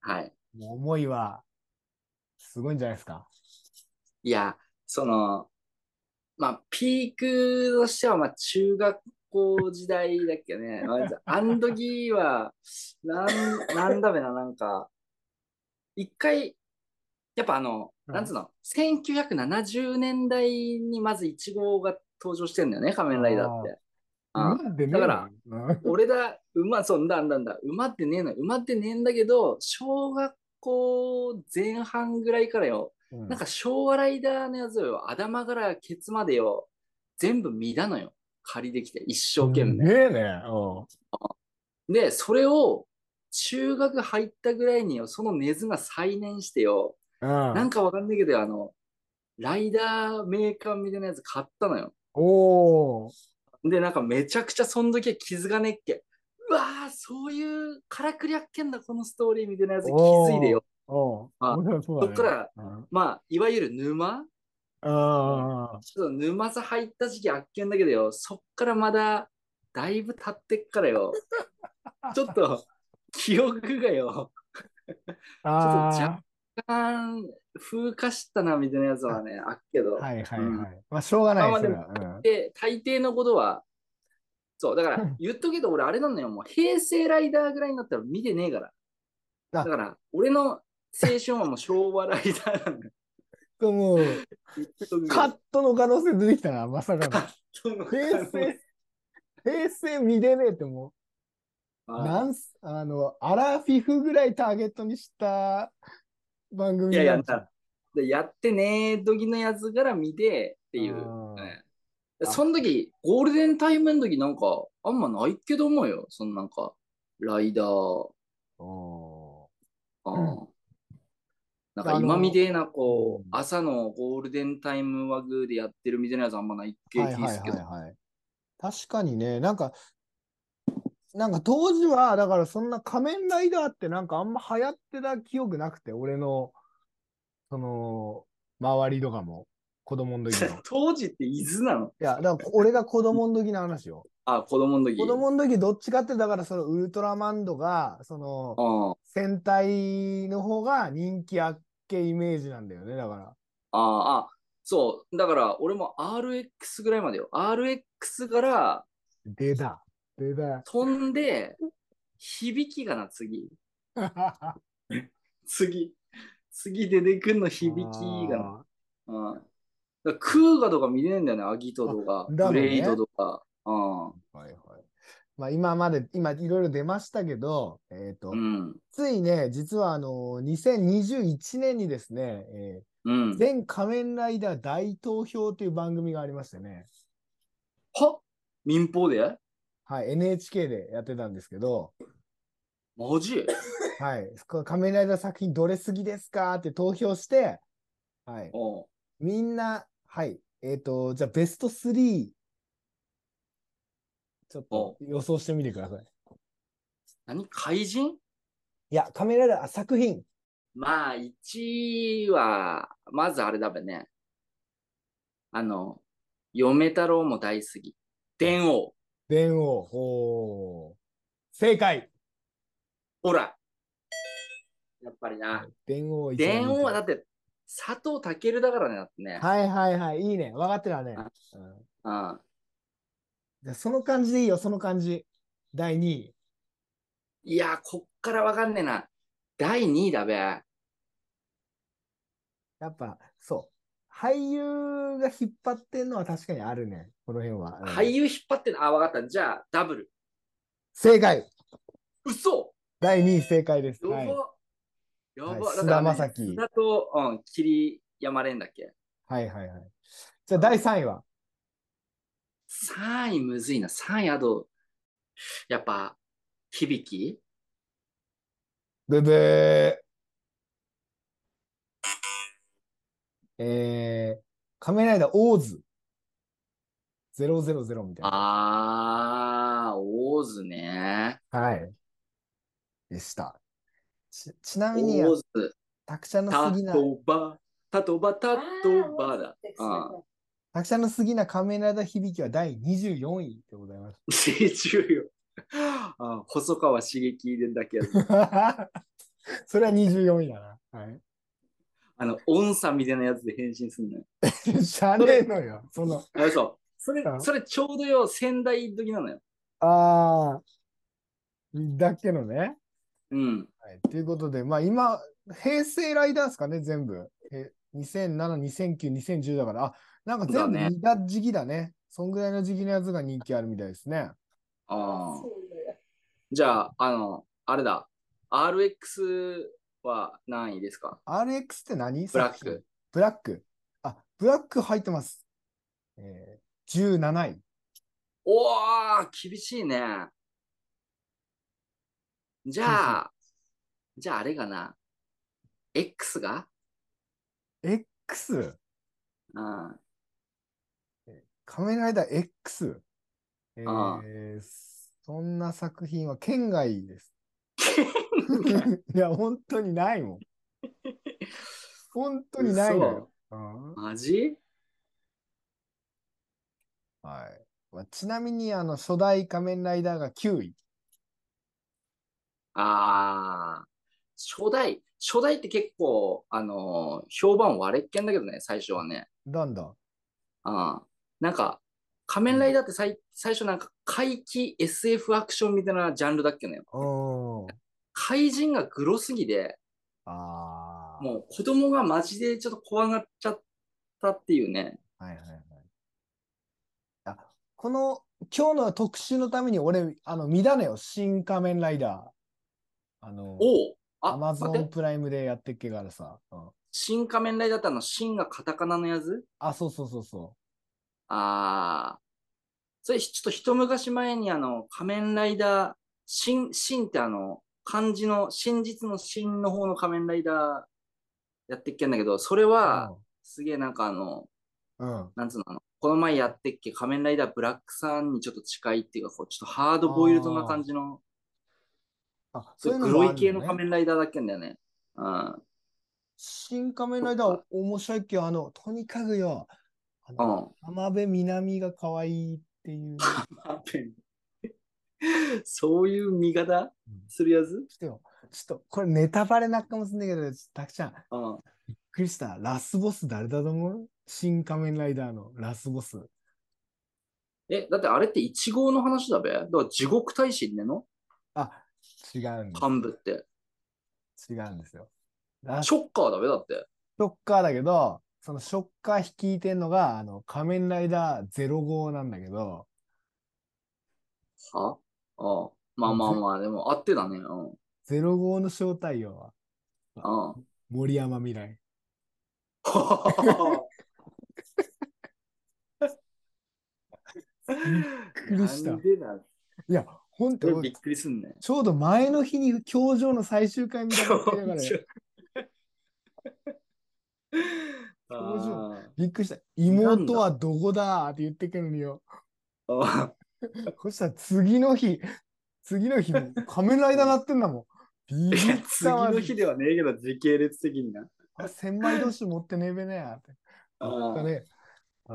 Speaker 2: はい。
Speaker 1: もう思いはすごいんじゃないですか。
Speaker 2: いや、その、まあ、ピークとしては、まあ、中学校時代だっけね。まああん時は、なん、なんだべな、なんか、一回、やっぱあの、
Speaker 1: うん
Speaker 2: なんつうの、1970年代にまず1号が登場してんだよね、仮面ライダーって。ああ
Speaker 1: なんでね
Speaker 2: だから
Speaker 1: うん
Speaker 2: 俺だ、馬、そう、なんだなんだ、馬ってねえの、馬ってねえんだけど、小学校前半ぐらいからよ、
Speaker 1: うん
Speaker 2: なんか昭和ライダーのやつよ、頭からケツまでよ、全部見だのよ。借りてきて、一生懸命。
Speaker 1: ねえね。うん
Speaker 2: で、それを中学入ったぐらいによ、その根津が再燃してよ、
Speaker 1: うん
Speaker 2: なんかわかんないけど、あの、ライダーメーカーみたいなやつ買ったのよ。
Speaker 1: おー
Speaker 2: で、なんかめちゃくちゃその時は気づかねっけ。うわー、そういうからくりやっけんだ、このストーリーみたいなやつ気づいてよ。
Speaker 1: おー
Speaker 2: あ
Speaker 1: 面白そうだね
Speaker 2: そっから
Speaker 1: うん
Speaker 2: まあ、いわゆる沼
Speaker 1: ああ、
Speaker 2: ちょっと沼津入った時期あっけんだけどよ、そっからまだだいぶ経ってっから
Speaker 1: (laughs)
Speaker 2: よ、ちょっと記憶がよ、
Speaker 1: あ
Speaker 2: ちょっと
Speaker 1: ー
Speaker 2: 若干風化したなみたいなやつはね、あっけど、
Speaker 1: はいはいはい。
Speaker 2: うん
Speaker 1: まあ、しょうがない
Speaker 2: まあ
Speaker 1: です
Speaker 2: まあ
Speaker 1: よ。うん
Speaker 2: で、大抵のことは、そう、だか
Speaker 1: う
Speaker 2: ら
Speaker 1: ん
Speaker 2: 言っとくけど、俺あれなのよ、もう平成ライダーぐらいになったら見てねえから。だ
Speaker 1: あ
Speaker 2: から、俺の青春はもう昭和ライダーなんだよ。
Speaker 1: でも、
Speaker 2: 言っとくけど
Speaker 1: カットの可能性出てきたな、まさかの。 (laughs) 平成、平成見れねえってもう、
Speaker 2: あ
Speaker 1: なんす、あの、アラフィフぐらいターゲットにした番組
Speaker 2: いやいや
Speaker 1: なんじゃん
Speaker 2: なでやってねえ時のやつから見てっていう。
Speaker 1: あー
Speaker 2: ねでその時、ゴールデンタイムの時なんか、あんまないけどもよ。そのなんか、ライダー。
Speaker 1: お
Speaker 2: あー
Speaker 1: うん
Speaker 2: なん
Speaker 1: あ
Speaker 2: か
Speaker 1: の
Speaker 2: 今みてえな、こ
Speaker 1: う
Speaker 2: う、
Speaker 1: ん
Speaker 2: 朝のゴールデンタイム枠でやってるみたいなやつあんまないっ
Speaker 1: ー
Speaker 2: け
Speaker 1: はい
Speaker 2: 気
Speaker 1: は
Speaker 2: っ
Speaker 1: い
Speaker 2: す
Speaker 1: は
Speaker 2: け
Speaker 1: い
Speaker 2: ど。
Speaker 1: はい。確かにね、なんか、なんか当時は、だからそんな仮面ライダーってなんかあんま流行ってた記憶なくて、俺の、その、周りとかも、子供の時
Speaker 2: (laughs)
Speaker 1: の。
Speaker 2: 当時って伊豆なの
Speaker 1: いや、だから俺が子供の時の話よ。
Speaker 2: あ、子供の時。
Speaker 1: 子供の時どっちかって、だからそのウルトラマンドが、その
Speaker 2: あー
Speaker 1: 戦隊の方が人気あっけイメージなんだよね、だから。
Speaker 2: あー、あそう。だから、俺も RX ぐらいまでよ。RX から、
Speaker 1: 出た。出た。
Speaker 2: 飛んで、響きがな、次。次。次出てくんの (laughs) 響きがな。うん。だからクーガとか見れないんだよね、アギトとか、
Speaker 1: あだろう
Speaker 2: ブ
Speaker 1: ね
Speaker 2: レイドとか。う
Speaker 1: はいはい。まあ今まで、今いろいろ出ましたけど、えっ、と、
Speaker 2: ん。うん。
Speaker 1: ついね、実はあの、2021年にですね、え
Speaker 2: う
Speaker 1: ー
Speaker 2: ん。
Speaker 1: 全仮面ライダー大投票という番組がありましてね、
Speaker 2: は民放で
Speaker 1: はい、NHK でやってたんですけど、
Speaker 2: マジ
Speaker 1: はい。これ仮面ライダー作品どれ好きですかって投票して、はい。
Speaker 2: おう
Speaker 1: みんな、はい。えっ、と、じゃあベスト3、ちょっと予想してみてください。
Speaker 2: 何怪人
Speaker 1: いや、仮面ライダーあ作品。
Speaker 2: まあ、1位は、まずあれだべね。あの、嫁太郎も大好き。電王。
Speaker 1: 電王。ほー正解。
Speaker 2: ほら。やっぱりな。
Speaker 1: 電王一
Speaker 2: 電王はだ
Speaker 1: っ
Speaker 2: って、佐藤健だからね、だってね。
Speaker 1: はいはいはい。いいね。分かってるわね。
Speaker 2: あ
Speaker 1: うん
Speaker 2: うん
Speaker 1: じゃあその感じでいいよ、その感じ。第2位。
Speaker 2: いや、こっからわかんねえな。第2位だべ。
Speaker 1: やっぱ、そう。俳優が引っ張ってんのは確かにあるね。この辺は。うん
Speaker 2: 俳優引っ張ってんあ、わかった。じゃあ、ダブル。
Speaker 1: 正解
Speaker 2: 嘘
Speaker 1: 第2位正解です。
Speaker 2: やば、
Speaker 1: はい。
Speaker 2: や
Speaker 1: はい
Speaker 2: ば、
Speaker 1: 菅田将暉
Speaker 2: ね、菅田と、うん、霧山蓮だっけ
Speaker 1: はいはいはい。じゃあ第3位は
Speaker 2: ?3 位むずいな。3位あと、やっぱ、響
Speaker 1: ブブー。えー、仮面ライダーオーズ。000みたいな。
Speaker 2: あー、オーズね。
Speaker 1: はい。でした。ちちな
Speaker 2: オ
Speaker 1: みに、
Speaker 2: ーズ、
Speaker 1: たくちゃんの
Speaker 2: タ
Speaker 1: 好きな、
Speaker 2: トバ、タトバ、タトバだ。うん。
Speaker 3: う
Speaker 1: たくちゃんの好きな仮面ライダー響きは第24位でございます。 (laughs)
Speaker 2: (laughs) 重よ。あ細川刺激でだけやつ
Speaker 1: それは24位だな。はい。 (laughs)
Speaker 2: あの、音差みたいなやつで変身すんのよ。
Speaker 1: しゃねえのよ。その、
Speaker 2: あれそう。それ
Speaker 1: う、ん
Speaker 2: それちょうどよ、仙台時なのよ。
Speaker 1: ああ、だけのね。
Speaker 2: うん。
Speaker 1: はい。ということで、まあ今、平成ライダーですかね、全部。え2007、2009、2010だから、あ、なんか全部
Speaker 2: そうだね
Speaker 1: 似た時期だね。そんぐらいの時期のやつが人気あるみたいですね。
Speaker 2: ああ。じゃあ、あの、あれだ。RX は何位ですか
Speaker 1: RX って何
Speaker 2: ブラッ
Speaker 1: 作品
Speaker 2: ク。
Speaker 1: ブラック。あ、ブラック入ってます。えー、17位。
Speaker 2: おー、厳しいね。じゃあ、じゃああれかな。X が
Speaker 1: X?
Speaker 2: うん。
Speaker 1: 仮面ライダー X。えー
Speaker 2: ああ
Speaker 1: そんな作品は県外です。 (laughs) いや、 (laughs) 本当にない
Speaker 2: (laughs)
Speaker 1: もん。本当にないのよ。うん
Speaker 2: 嘘マジ
Speaker 1: はいまあちなみに、あの、初代仮面ライダーが9位。
Speaker 2: ああ、初代、初代って結構、あのー評判割れっけんだけどね、最初はね。
Speaker 1: なんだ
Speaker 2: あーなんか、仮面ライダーって最、最初なんか怪奇 SF アクションみたいなジャンルだっけね。
Speaker 1: うん。
Speaker 2: 怪人がグロすぎで、
Speaker 1: ああ。
Speaker 2: もう子供がマジでちょっと怖がっちゃったっていうね。
Speaker 1: はいはいはい。あ、この、今日の特集のために俺、あの、見たのよ。新仮面ライダー。あの、
Speaker 2: おお、
Speaker 1: ア
Speaker 2: あ、
Speaker 1: マ
Speaker 2: 待
Speaker 1: ゾ
Speaker 2: っ
Speaker 1: ン
Speaker 2: て、
Speaker 1: プライムでやってっけからさ。うん
Speaker 2: 新仮面ライダーってあの、新がカタカナのやつ
Speaker 1: あ、そうそうそうそ
Speaker 2: ああ。それ、ちょっと一昔前にあの、仮面ライダー、新、新ってあの、漢字の、真実の真の方の仮面ライダーやってっけんだけど、それ
Speaker 1: う。
Speaker 2: は、すげえなんかあの、
Speaker 1: うん。うん
Speaker 2: なんつうの、あのこの前やってっけ仮面ライダーブラックさんにちょっと近いっていうか、こう、ちょっとハードボイルドな感じの、
Speaker 1: あ、
Speaker 2: そういう
Speaker 1: も
Speaker 2: 黒
Speaker 1: あ
Speaker 2: い
Speaker 1: る
Speaker 2: 系の仮
Speaker 1: ね。
Speaker 2: 面ライダーだっけんだよね。うん。
Speaker 1: 新仮面ライダー面白いっけど、あの、とにかくよ、あ
Speaker 2: う
Speaker 1: の、
Speaker 2: ん。
Speaker 1: 浜辺美波が可愛いっていう。
Speaker 2: (laughs) そういう見方するやつ
Speaker 1: ちょっとよ、ちょっと、これネタバレなっかもしんないけど、ちょっとたくちゃん、
Speaker 2: うん。
Speaker 1: クリスタ、ラスボス誰だと思う新仮面ライダーのラスボス。
Speaker 2: え、だってあれって1号の話だべ。だから地獄大使ねの
Speaker 1: あ、違うんで
Speaker 2: 幹部って。
Speaker 1: す。違うんですよ。ラス
Speaker 2: ショッカーだべ、だって。
Speaker 1: ショッカーだけど、そのショッカー率いてんのが、あの、仮面ライダー05なんだけど、
Speaker 2: はああ。まあまあまあ、でもあってだね。うん。うん。
Speaker 1: 05の正体は森山未来。びっくりした
Speaker 2: なんでだ。
Speaker 1: いや、ほん
Speaker 2: ことれ、びっくりすんね。
Speaker 1: ちょうど前の日に教場の最終回みたいなのやってたから、表情
Speaker 2: (laughs) (laughs) あ
Speaker 1: びっくりした。妹はどこだって言ってくるのよ。
Speaker 2: ーあ
Speaker 1: そしたら次の日、次の日も仮面ライダーなってんだもん。
Speaker 2: ー。
Speaker 1: ビ
Speaker 2: (laughs) い
Speaker 1: ビっ
Speaker 2: や次
Speaker 1: たわ
Speaker 2: の日ではねえけど、時系列的にな。
Speaker 1: あ千枚同士持ってねえべねやって。
Speaker 2: あ
Speaker 1: あった
Speaker 2: ー
Speaker 1: ね。あ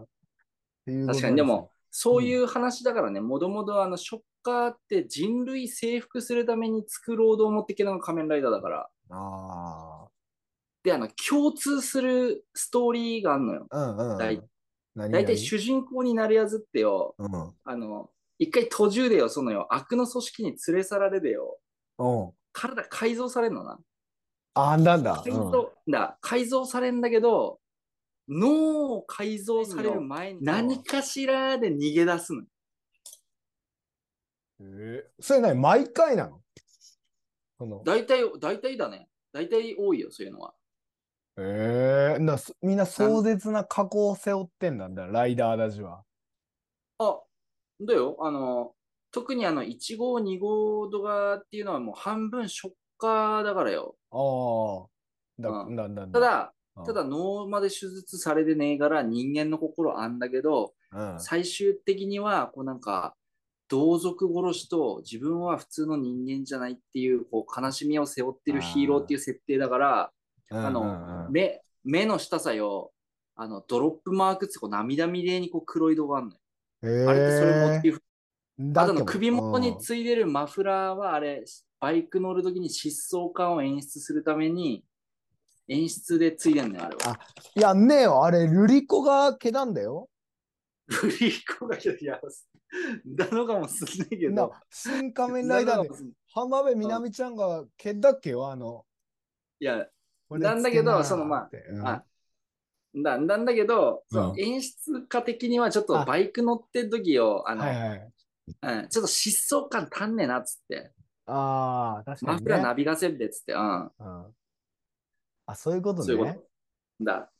Speaker 1: あ。っていうこと
Speaker 2: 確
Speaker 1: なんす
Speaker 2: かに、で
Speaker 1: よ
Speaker 2: も、、そういう話だからね、もともとあの、ショッカーって人類征服するために作ろうと思ってきたのが仮面ライダーだから。
Speaker 1: あ
Speaker 2: で、あの、共通するストーリーがあんのよ。
Speaker 1: あ。うんうん、うん。
Speaker 2: 大
Speaker 1: 何
Speaker 2: 大体
Speaker 1: 々
Speaker 2: 主人公になるやつってよ、
Speaker 1: うん。
Speaker 2: あの、一回途中でよ、そのよ、悪の組織に連れ去られでよ、
Speaker 1: うん。
Speaker 2: 体改造されんのな。
Speaker 1: あんだんだ。
Speaker 2: 改
Speaker 1: うん
Speaker 2: 造、だ改造されんだけど、脳を改造される前に何かしらで逃げ出すの。
Speaker 1: えーそれ何毎回なのその
Speaker 2: 大体、大体だね。大体多いよ、そういうのは。
Speaker 1: ええなそみんな壮絶な過去を背負ってんだんだ、ライダーたちは。
Speaker 2: あ、だよ。あの、特にあの、1号、2号ドガっていうのはもう半分ショッカーだからよ。
Speaker 1: ああ。だ、
Speaker 2: うん
Speaker 1: だんだん
Speaker 2: た
Speaker 1: だ。
Speaker 2: だ、
Speaker 1: うん
Speaker 2: ただ、脳まで手術されてねえから人間の心あんだけど、
Speaker 1: うん。
Speaker 2: 最終的には、こうなんか、同族殺しと自分は普通の人間じゃないっていう、こう悲しみを背負ってるヒーローっていう設定だから、あ
Speaker 1: うんうん
Speaker 2: の、
Speaker 1: うん
Speaker 2: 目、目の下さよ、あの、ドロップマークつってこう涙みれにこう黒い動画あんのよ。あれってそれモチーフ
Speaker 1: だ
Speaker 2: あ
Speaker 1: っ
Speaker 2: と
Speaker 1: て
Speaker 2: の首元
Speaker 1: う
Speaker 2: に
Speaker 1: ん
Speaker 2: ついでるマフラーはあれ、バイク乗るときに疾走感を演出するために、演出でついでんのよ、あれは。
Speaker 1: いや、ねえよ、あれ、ルリコが毛なんだよ。
Speaker 2: グリコがいや、だのかもすんねえけ
Speaker 1: な
Speaker 2: ど。、
Speaker 1: 新仮面ライダー
Speaker 2: だの
Speaker 1: で
Speaker 2: かも、すん
Speaker 1: 浜辺美波ちゃんが毛だっけよ、あの。
Speaker 2: いや、
Speaker 1: 俺
Speaker 2: なんだけど
Speaker 1: つな
Speaker 2: そのまあ
Speaker 1: ってうん
Speaker 2: あだなんだけど、
Speaker 1: うん
Speaker 2: そう演出家的にはちょっと
Speaker 1: あ
Speaker 2: バイク乗ってるときを、あの、
Speaker 1: はいはい。
Speaker 2: うん、ちょっと疾走感足んねえなっつって、
Speaker 1: ああ、確か
Speaker 2: マ
Speaker 1: に
Speaker 2: フラー
Speaker 1: ね。
Speaker 2: なびかせるでっつって、う
Speaker 1: う
Speaker 2: ん。
Speaker 1: んあ、そういうこと
Speaker 2: そういう
Speaker 1: ね。
Speaker 2: こと。だ。だか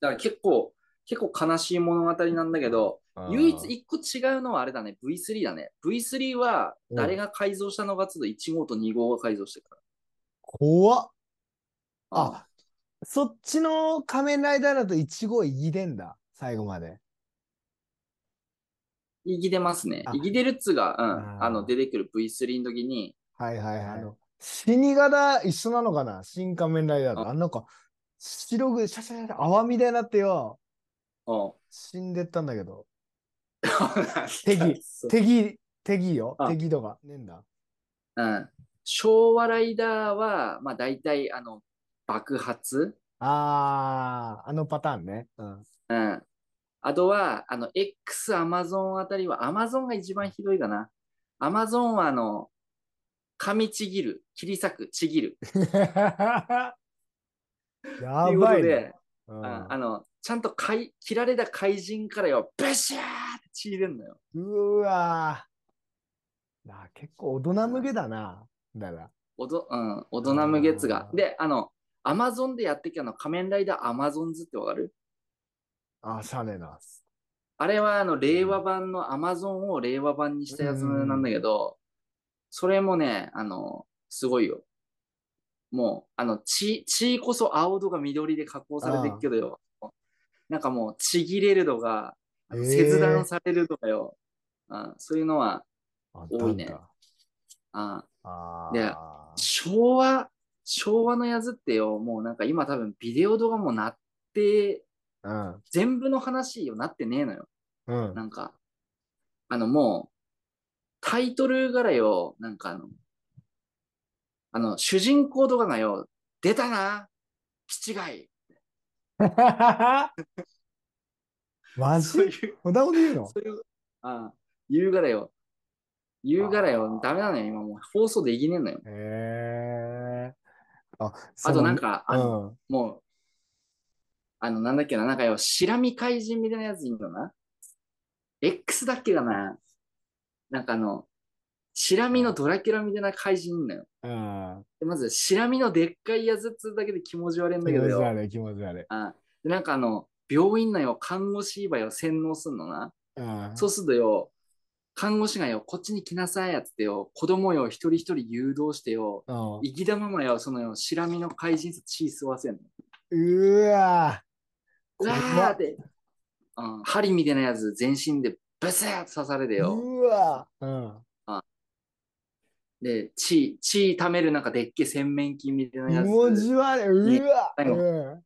Speaker 2: ら結構、結構悲しい物語なんだけど、
Speaker 1: うん
Speaker 2: 唯一一個違うのはあれだね、V3 だね。V3 は誰が改造したのかっつうと1号と2号が改造してるか
Speaker 1: 怖っ。
Speaker 2: ら。
Speaker 1: あ、そっちの仮面ライダーだと1号いぎでんだ、最後まで。
Speaker 2: 生きてますね
Speaker 1: あ。
Speaker 2: 生きてるっつうが、うん、
Speaker 1: あ
Speaker 2: あの出てくる V3 の時に、
Speaker 1: はいはいはい。
Speaker 2: はい
Speaker 1: あの、死に方一緒なのかな新仮面ライダーと。
Speaker 2: あ
Speaker 1: あのなんか、白く、シャシャシャシャ、泡みたいになってよ、
Speaker 2: うん
Speaker 1: 死んでったんだけど。
Speaker 2: 敵 (laughs) そう
Speaker 1: 敵、敵よ。
Speaker 2: あ
Speaker 1: 敵とか。ねえんだ。
Speaker 2: うん、昭和ライダーは、まあ大体あの爆発、
Speaker 1: あー、あのパターンね。うん。
Speaker 2: うん、あとは、あの、X、アマゾンあたりは、アマゾンが一番ひどいかな。アマゾンは、あの、噛みちぎる、切り裂く、ちぎる。と
Speaker 1: や
Speaker 2: いうこ
Speaker 1: ば
Speaker 2: と
Speaker 1: い
Speaker 2: で
Speaker 1: ね。、うん
Speaker 2: ああの、ちゃんとかい切られた怪人からよ、ベシャーってちぎれんのよ。
Speaker 1: うわー。なあ結構大人向けだな。だから。
Speaker 2: おど、うん、大人無月が
Speaker 1: あ。ー
Speaker 2: で、あの、アマゾンでやってきたの、仮面ライダーアマゾンズってわかる
Speaker 1: あー、しゃねえな。
Speaker 2: あれは、あの、令和版のアマゾンを令和版にしたやつなんだけど、それもね、あの、すごいよ。もう、あの、血、血こそ青とか緑で加工されてるけどよ。なんかもう、ちぎれるとか、あ
Speaker 1: へ
Speaker 2: の
Speaker 1: ー
Speaker 2: 切断されるとかよ。うんそういうのは、
Speaker 1: あ
Speaker 2: 多いね
Speaker 1: なんだ
Speaker 2: あ
Speaker 1: あ
Speaker 2: で
Speaker 1: あ。
Speaker 2: 昭和、昭和のやつってよ、もうなんか今多分ビデオ動画もなって、
Speaker 1: うん。
Speaker 2: 全部の話よ、なってねえのよ。
Speaker 1: うん。
Speaker 2: なんか、あのもう、タイトルからよ、なんかあの、あの、主人公とかがよ、出たな、気違い。
Speaker 1: (laughs) マジ
Speaker 2: そういう、
Speaker 1: そんなこと言うの
Speaker 2: そういう、あ言うからよ。言うから
Speaker 1: あ
Speaker 2: よ
Speaker 1: ー、
Speaker 2: ダメなのよ、今もう。放送できねえのよ。
Speaker 1: へえ。あ、
Speaker 2: あ
Speaker 1: そ
Speaker 2: と
Speaker 1: の
Speaker 2: なん、か、
Speaker 1: う
Speaker 2: あの、もう、あの、なんだっけな、なんかよ、シラミ怪人みたいなやついんのな。X だっけかな。なんかあの、シラミのドラキュラみたいな怪人いんのよ。
Speaker 1: ん。うん。
Speaker 2: でまず、シラミのでっかいやつっつうだけで気持ち悪いん
Speaker 1: 気
Speaker 2: だけど
Speaker 1: 持ち
Speaker 2: よ。
Speaker 1: 悪い、気持ち悪い。
Speaker 2: あでなんかあの、病院のよ、看護師ばよ、洗脳すんのな。
Speaker 1: うん。
Speaker 2: そうするとよ、看護師がよ、こっちに来なさいやつってよ、子供よ、一人一人誘導してよ、
Speaker 1: うん
Speaker 2: 生きたままよ、そのよ、シラミの怪人さ、血吸わせんの。
Speaker 1: うわ
Speaker 2: うわーって、うん、針みたいなやつ、全身でブスーッと刺されて
Speaker 1: ぁ
Speaker 2: よ。
Speaker 1: うわぁうん。
Speaker 2: で、血、血溜めるなんかでっけ洗面器みたいな
Speaker 1: 気
Speaker 2: やつ。
Speaker 1: 持ち悪い。うわ
Speaker 2: いい
Speaker 1: ぁ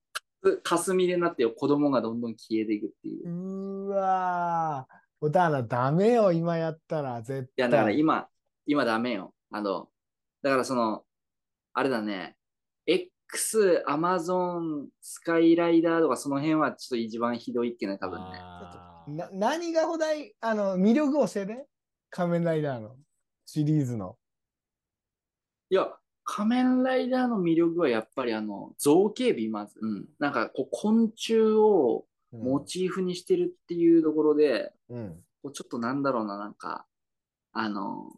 Speaker 2: かすみれになってよ、子供がどんどん消えていくっていう。
Speaker 1: うん。うわぁおだな、ダメよ、今やったら、絶
Speaker 2: いや、
Speaker 1: 対。
Speaker 2: だから今、今ダメよ。あの、だからその、あれだね、X、アマゾン、スカイライダーとかその辺はちょっと一番ひどいっけね、多分ね。
Speaker 3: あー
Speaker 1: な何がお題、あの、魅力を教えて。仮面ライダーのシリーズの。
Speaker 2: いや、仮面ライダーの魅力はやっぱりあの造形美、まず。うん。なんかこう昆虫を
Speaker 1: うん
Speaker 2: モチーフにしてるっていうところで、
Speaker 1: うん。
Speaker 2: こうちょっとなんだろうな、なんか、あの、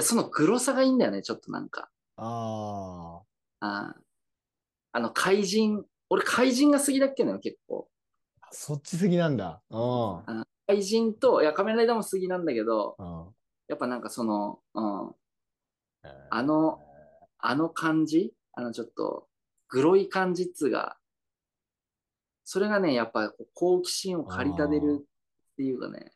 Speaker 2: そのグロさがいいんだよね、ちょっとなんか。
Speaker 1: ああ。
Speaker 2: あーあの、怪人、俺怪人が好きだっけな、結構。
Speaker 1: そっち過ぎなんだ。うん。うん。
Speaker 2: 怪人と、いや、仮面ライダーも好きなんだけど、やっぱなんかその、うん、あの、あの感じ、あのちょっと、グロい感じっつうが、それがね、やっぱこう好奇心を駆り立てるっていうかね、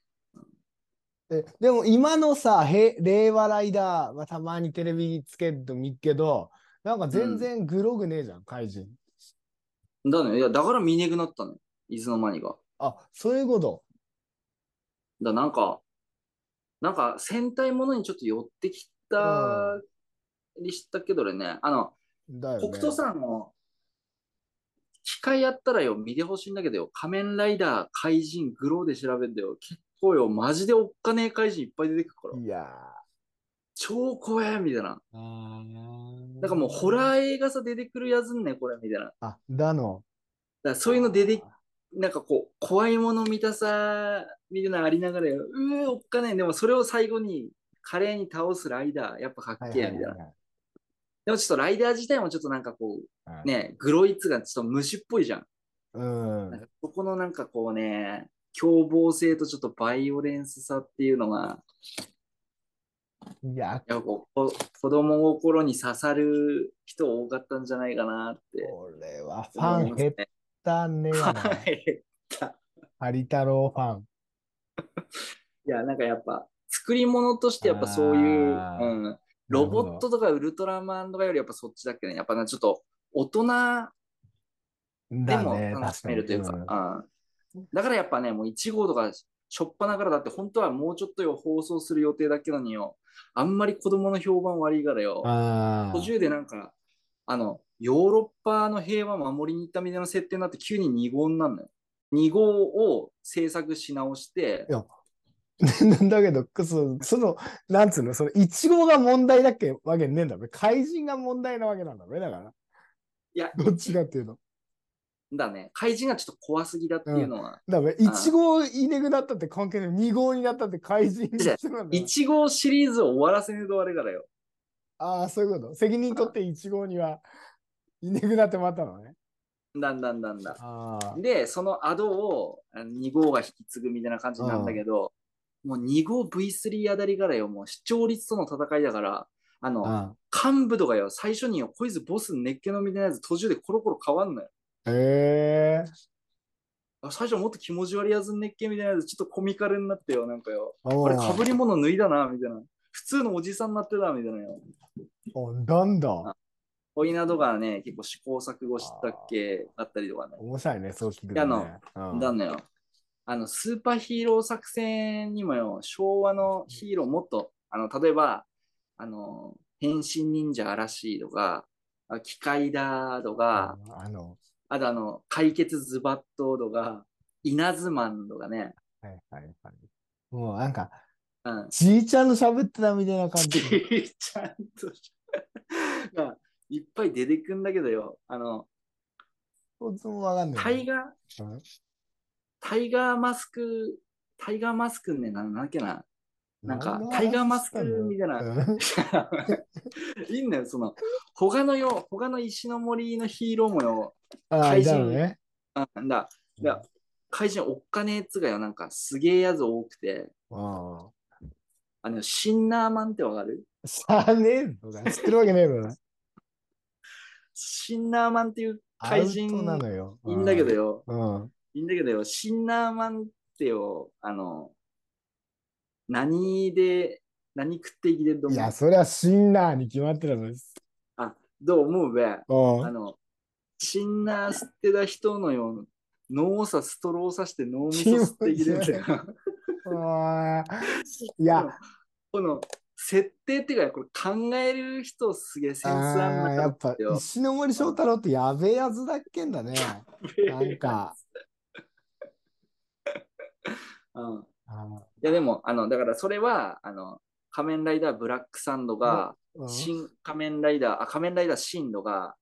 Speaker 1: えでも今のさ、へ令和ライダーはたまにテレビにつけると見っけど、なんか全然グロくねえじゃん、怪人。
Speaker 2: だね、いや、だから見ねくなったのよ、いつの間にか。
Speaker 1: あ、そういうこと。
Speaker 2: だなんか、なんか戦隊ものにちょっと寄ってきたりしたけどね、あの、
Speaker 1: だよね。
Speaker 2: 北斗さんも、機会あったらよ、見てほしいんだけどよ、仮面ライダー、怪人、グローで調べてよ、結構よ、マジでおっかねえ怪人いっぱい出てくるから、
Speaker 1: いや
Speaker 2: 超怖え、みたいな。
Speaker 1: ー。な
Speaker 2: なんかもうホ
Speaker 1: ー。
Speaker 2: ラー映画さ出てくるやつね、これ、みたいな。だか
Speaker 1: あ、だの。
Speaker 2: らそういうの出て、なんかこう、怖いもの見たさ、みたいなのありながらよ、うー、おっかねえ。でもそれを最後に、華麗に倒すライダー、やっぱか
Speaker 1: は
Speaker 2: っ
Speaker 1: い
Speaker 2: けえ、
Speaker 1: はい
Speaker 2: み
Speaker 1: は
Speaker 2: た
Speaker 1: い
Speaker 2: い
Speaker 1: は
Speaker 2: な。
Speaker 1: い
Speaker 2: でもちょっとライダー自体もちょっとなんかこ
Speaker 1: は
Speaker 2: う、
Speaker 1: い
Speaker 2: ね、グロイツがちょっと虫っぽいじゃん。
Speaker 1: うん
Speaker 2: なん。かそこのなんかこうね、凶暴性とちょっとバイオレンスさっていうのが、
Speaker 1: いや、
Speaker 2: やっぱこうこ子供心に刺さる人多かったんじゃないかなって
Speaker 1: これはファ
Speaker 2: 思い
Speaker 1: ン
Speaker 2: ます
Speaker 1: 減っ
Speaker 2: ね。
Speaker 1: た (laughs) ねやな。
Speaker 2: はい。
Speaker 1: ハリ太郎ファン。
Speaker 2: いや、なんかやっぱ、作り物としてやっぱそういう、
Speaker 1: あー
Speaker 2: うん、ロボット
Speaker 1: なる
Speaker 2: とかウルトラマンとかよりやっぱそっちだっけね。やっぱなちょっと大
Speaker 1: ほ
Speaker 2: 人
Speaker 1: ど
Speaker 2: で
Speaker 1: だ
Speaker 2: も
Speaker 1: ね、
Speaker 2: 楽
Speaker 1: 確
Speaker 2: し
Speaker 1: か
Speaker 2: め
Speaker 1: に。
Speaker 2: るというか。
Speaker 1: うん
Speaker 2: うんだからやっぱね、もう1号とか、しょっぱなからだって、本当はもうちょっとよ、放送する予定だけどによ、あんまり子供の評判悪いからよ、
Speaker 1: あ
Speaker 2: 途中でなんか、あの、ヨーロッパの平和守りに行ったみたいな設定になって、急に2号になるのよ。2号を制作し直して
Speaker 1: い、やー (laughs) だけど、くそその、なんつうの、その、いちごが問題だっけわけねえんだべ。怪人が問題なわけなんだべ。だから、
Speaker 2: いや、
Speaker 1: (laughs) どっちかっていうの。
Speaker 2: だね、怪人がちょっと怖すぎだっていうのは、
Speaker 1: だべ、いちごいねぐなったって関係ない。2号になったって怪人の人なんだべ。
Speaker 2: 1号シリーズを終わらせねえとあれからよ。
Speaker 1: ああ、そういうこと。責任取って1号には、いねぐなってまたのね。
Speaker 2: だんだんだんだん。
Speaker 1: ああ。
Speaker 2: で、そのアドをあの2号が引き継ぐみたいな感じなんだけど、もう2号 V3 あたりからよ、もう視聴率との戦いだから、あの、
Speaker 1: あ
Speaker 2: 幹部とかよ、最初によ、こいつボス熱気のみたいなやつ途中でコロコロ変わんのよ。
Speaker 1: あ。へえ。
Speaker 2: あ最初もっと気持ち悪いやつ熱気みたいなやつ、ちょっとコミカルになってよ、なんかよ。
Speaker 1: こ
Speaker 2: これ被り物脱いだな、みたいな。普通のおじさんになってた、みたいなよ。
Speaker 1: なんだ。
Speaker 2: おいなどがね、結構試行錯誤したっけだったりとかね。
Speaker 1: 面白いね、そう聞く
Speaker 2: いや
Speaker 1: と
Speaker 2: あ
Speaker 1: ね
Speaker 2: の。
Speaker 1: うん
Speaker 2: だのよ。あの、スーパーヒーロー作戦にもよ、昭和のヒーローもっと、あの、例えば、あの、変身忍者嵐とか、あ機械だとか、
Speaker 1: うんあの、
Speaker 2: あとあの、解決ズバットとか、稲妻マンとかね、
Speaker 1: はいはいはい。もうなんか、
Speaker 2: うん。
Speaker 1: じいちゃんの喋ってたみたいな感
Speaker 2: ち
Speaker 1: じ。
Speaker 2: いちゃんとし、が (laughs) いっぱい出てくんだけどよ、あの、
Speaker 1: こいつもわかんな
Speaker 2: タイ
Speaker 1: い。
Speaker 2: ガー、タイガーマスク、タイガーマスクね、なんだっけな、なんかタイガーマスクみたいな
Speaker 1: な。
Speaker 2: (laughs) いいんだよ、その、他のよ、他の石の森のヒーローもよ、
Speaker 1: ああ、
Speaker 2: 怪
Speaker 1: だ
Speaker 2: 人
Speaker 1: よね。
Speaker 2: あなんだ、いや怪人おっかねえやつがよ、なんかすげえやつ多くて、
Speaker 1: うん。
Speaker 2: あの、シンナーマンってわかる
Speaker 1: さあねえのか。知ってるわけねえのな。
Speaker 2: シンナーマンっていう
Speaker 1: アウ
Speaker 2: 怪
Speaker 1: ト
Speaker 2: 人
Speaker 1: なのよ。
Speaker 2: いいんだけどよ、
Speaker 1: うん。
Speaker 2: いいんだけどよ、シンナーマンってよ、あの、何で、何食って生きてると
Speaker 1: うん。い
Speaker 2: 思
Speaker 1: や、
Speaker 2: う
Speaker 1: そりゃシンナーに決まってるのです。
Speaker 2: あ、どう思うべ
Speaker 1: うん
Speaker 2: あ。の、シンナー吸ってた人のような、脳をさ、ストローをさして脳みそ吸って生きてるみたいな。 (laughs)
Speaker 1: うわーいや、
Speaker 2: この設定っていうか、これ考える人すげえセンスあ
Speaker 1: あー
Speaker 2: ん
Speaker 1: や
Speaker 2: な
Speaker 1: っぱ石ノ森章太郎ってやべえやつだっけんだね。なんか。
Speaker 2: うん。い
Speaker 1: あ
Speaker 2: や、でも、あの、だからそれは、あの、仮面ライダーブラックサンド
Speaker 1: ーう
Speaker 2: が、
Speaker 1: ん
Speaker 2: 新仮面ライダー、あ、仮面ライダーシンドが、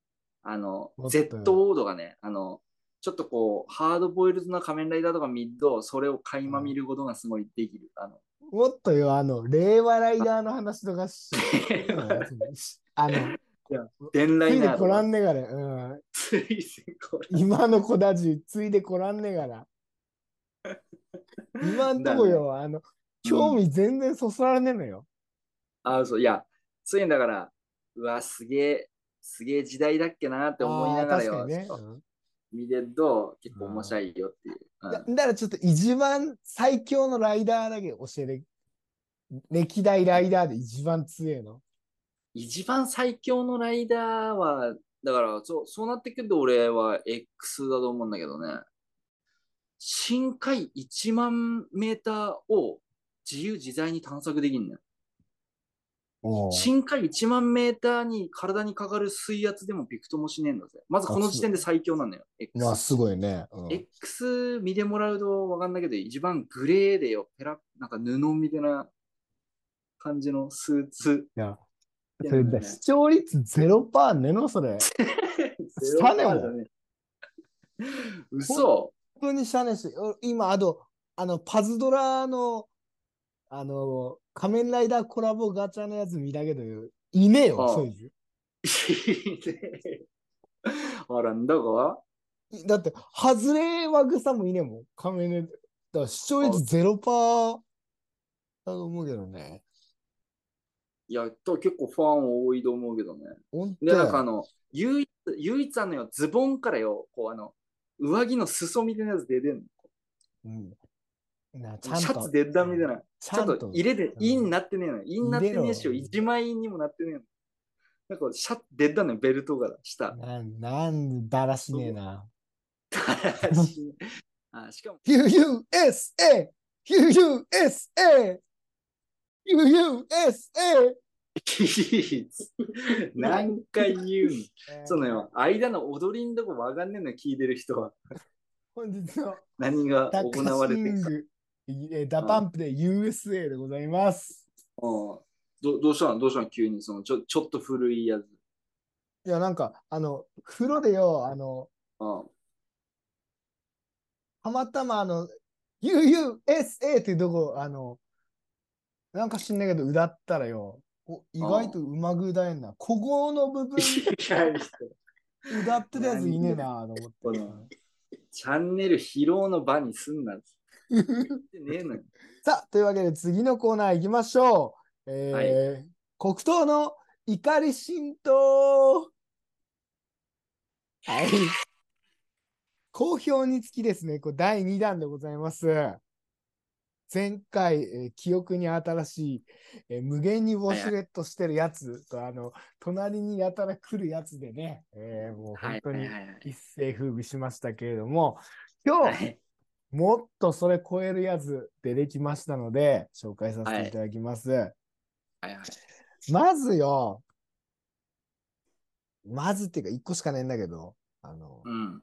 Speaker 2: あの
Speaker 1: も、っと
Speaker 2: Z オードがね、あの、ちょっとこう、ハードボイルドな仮面ライダーとかミッド、それを垣間見ることがすごいできる。あの、
Speaker 1: もっとよ、あの、令和ライダーの話とか
Speaker 2: (laughs)
Speaker 1: し、
Speaker 2: 令和ライ
Speaker 1: あの、
Speaker 2: 伝
Speaker 1: つ
Speaker 2: 来
Speaker 1: い
Speaker 2: な
Speaker 1: でこら
Speaker 2: (laughs)
Speaker 1: んねがれ、う
Speaker 2: ついてこらん
Speaker 1: ん。今の子たち、ついでこらんねが
Speaker 2: (laughs)
Speaker 1: ら。今んとこよ、あの、興味全然そそられねえのよ。
Speaker 2: あ、そう、いや、ついにだから、うわ、すげえ、すげえ時代だっけなって思いながら
Speaker 1: あー
Speaker 2: よ、
Speaker 1: 確かにね。
Speaker 2: そう
Speaker 1: うん
Speaker 2: 見てると結構面白いよっていう。うん
Speaker 1: だだからちょっと一番最強のライダーだけ教えて。歴代ライダーで一番強いの。
Speaker 2: 一番最強のライダーは、だからそう、そうなってくると俺は X だと思うんだけどね。深海1万メーターを自由自在に探索できんねん。深海1万メーターに体にかかる水圧でもびくともしねえんだぜ。まずこの時点で最強なんだよ。X
Speaker 1: まあ、すごいね。うん
Speaker 2: X 見てもらうとわかんないけど、一番グレーでよ、ペラなんか布みたいな感じのスーツ。
Speaker 1: いや
Speaker 2: で
Speaker 1: それ
Speaker 2: もね
Speaker 1: だ視聴率0%ねのそれ。
Speaker 2: ゼロパーだね。嘘
Speaker 1: 本当にしたねし、お今、あと、あの、パズドラの、あの、仮面ライダーコラボガチャのやつ見たけど、いねえよ
Speaker 2: あ、あ
Speaker 1: そういう
Speaker 2: あら、なんだか
Speaker 1: の。だって、ハズレワグサもいねえもん、仮面ライダー。だから視聴率0%だと思うけどね。
Speaker 2: いや、と結構ファン多いと思うけどね。
Speaker 1: 本当
Speaker 2: で、なんかあ
Speaker 1: よ
Speaker 2: の、唯一、唯一あのよ、ズボンからよ、こうあの、上着の裾みたいなやつ出てん
Speaker 1: うんなちゃ
Speaker 2: の。
Speaker 1: ん
Speaker 2: シ
Speaker 1: と
Speaker 2: ャツ出たみたいな。
Speaker 1: ち
Speaker 2: ちょ
Speaker 1: ゃ
Speaker 2: っ
Speaker 1: ん
Speaker 2: と
Speaker 1: と
Speaker 2: 入れて、
Speaker 1: うん
Speaker 2: インになってねえのよ。インになってねえしよ。
Speaker 1: 入れろ
Speaker 2: 一枚インにもなってねえの。なんかシャッ出たのよ、ベルトから、
Speaker 1: (laughs)
Speaker 2: 下。
Speaker 1: なんなんだらしねえな。
Speaker 2: あしかも、
Speaker 1: USA! USA! USA!
Speaker 2: 何回言うん
Speaker 1: (laughs)
Speaker 2: その
Speaker 1: えー
Speaker 2: よ、間の踊りんとこわかんねえのよ聞いてる人は。
Speaker 1: 本日の
Speaker 2: 何が
Speaker 1: ダ
Speaker 2: 行わ
Speaker 1: ッ
Speaker 2: れ
Speaker 1: ク
Speaker 2: て
Speaker 1: シ
Speaker 2: る
Speaker 1: ン
Speaker 2: か。
Speaker 1: グ、えーダパンプで USA でございます。
Speaker 2: うんどどうしたのどうしたの急にそのちょちょっと古いやつ。
Speaker 1: いや、なんか、あの、風呂でよ、あの、
Speaker 2: うん (laughs)
Speaker 1: たまたま、あの、USA っていうとこ、あの、なんか知んないけど、歌ったらよ、お意外とうまく歌えんな。ここの部分、歌ってたやついねえなと思って。
Speaker 2: チャンネル疲労の場にすん
Speaker 1: (laughs)
Speaker 2: な。ってねえのよ。
Speaker 1: さあ、というわけで次のコーナー行きましょう。えー黒糖の怒り浸透。はい。好評につきですね、これ第2弾でございます。前回、えー記憶に新しい、えー無限にウォシュレットしてるやつと、あの、隣にやたら来るやつでね、えーもう
Speaker 2: は
Speaker 1: 本
Speaker 2: い
Speaker 1: 当
Speaker 2: はい
Speaker 1: に
Speaker 2: はいはい。
Speaker 1: 一世風靡しましたけれども、今日、
Speaker 2: はい
Speaker 1: もっとそれ超えるやつ出てきましたので、紹介させていただきます。
Speaker 2: はいはい
Speaker 1: まずよ、まずっていうか一個しかないんだけど、あの、
Speaker 2: うん。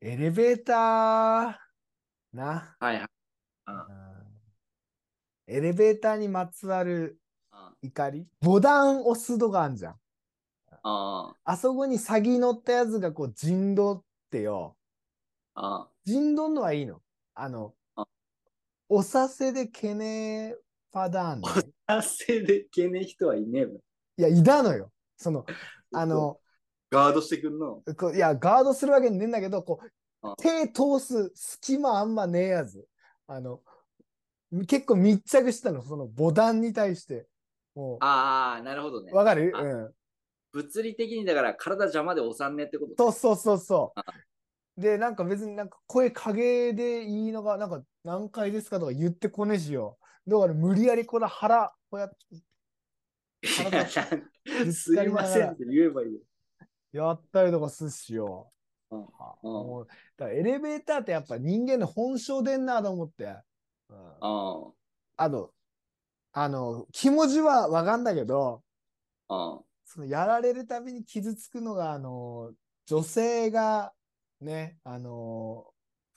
Speaker 1: エレベーター、な、
Speaker 2: はいはい。
Speaker 1: うんエレベーターにまつわる
Speaker 2: あ
Speaker 1: 怒りボタン押すとかあんじゃん。
Speaker 2: あ
Speaker 1: あそこに先乗ったやつがこう陣取ってよ、
Speaker 2: あ
Speaker 1: 陣取んのはいいの。あの
Speaker 2: あ、
Speaker 1: 押させでけねえパターンね。
Speaker 2: あ。汗でけねえ人はいねえもん
Speaker 1: いや、いたのよ。そ
Speaker 2: (laughs)
Speaker 1: の、あの、
Speaker 2: ガードしてくんの。
Speaker 1: こういや、ガードするわけねえんだけど、こ
Speaker 2: あ
Speaker 1: う、手通す隙間あんまねえやつ。あの、結構密着したの、そのボタンに対して。も
Speaker 2: ああ、なるほどね
Speaker 1: う、。わかる
Speaker 2: あ
Speaker 1: うん。
Speaker 2: 物理的にだから体邪魔で押さんねえってこと
Speaker 1: そうそうそうそう。で、なんか別になんか声陰でいいのが、なんか何回ですかとか言ってこねえしよ。だから無理やりこの腹、こうやって体ぶつ
Speaker 2: (laughs)
Speaker 1: か
Speaker 2: すいませんって言えばいいよ。
Speaker 1: やったりとかすっしよ。
Speaker 2: うん
Speaker 1: もうだからエレベーターってやっぱ人間の本性でんなと思って。うん
Speaker 2: あ
Speaker 1: あと、あの、気持ちはわかんだけど、
Speaker 2: あ
Speaker 1: そのやられるたびに傷つくのが、あの、女性がね、あの、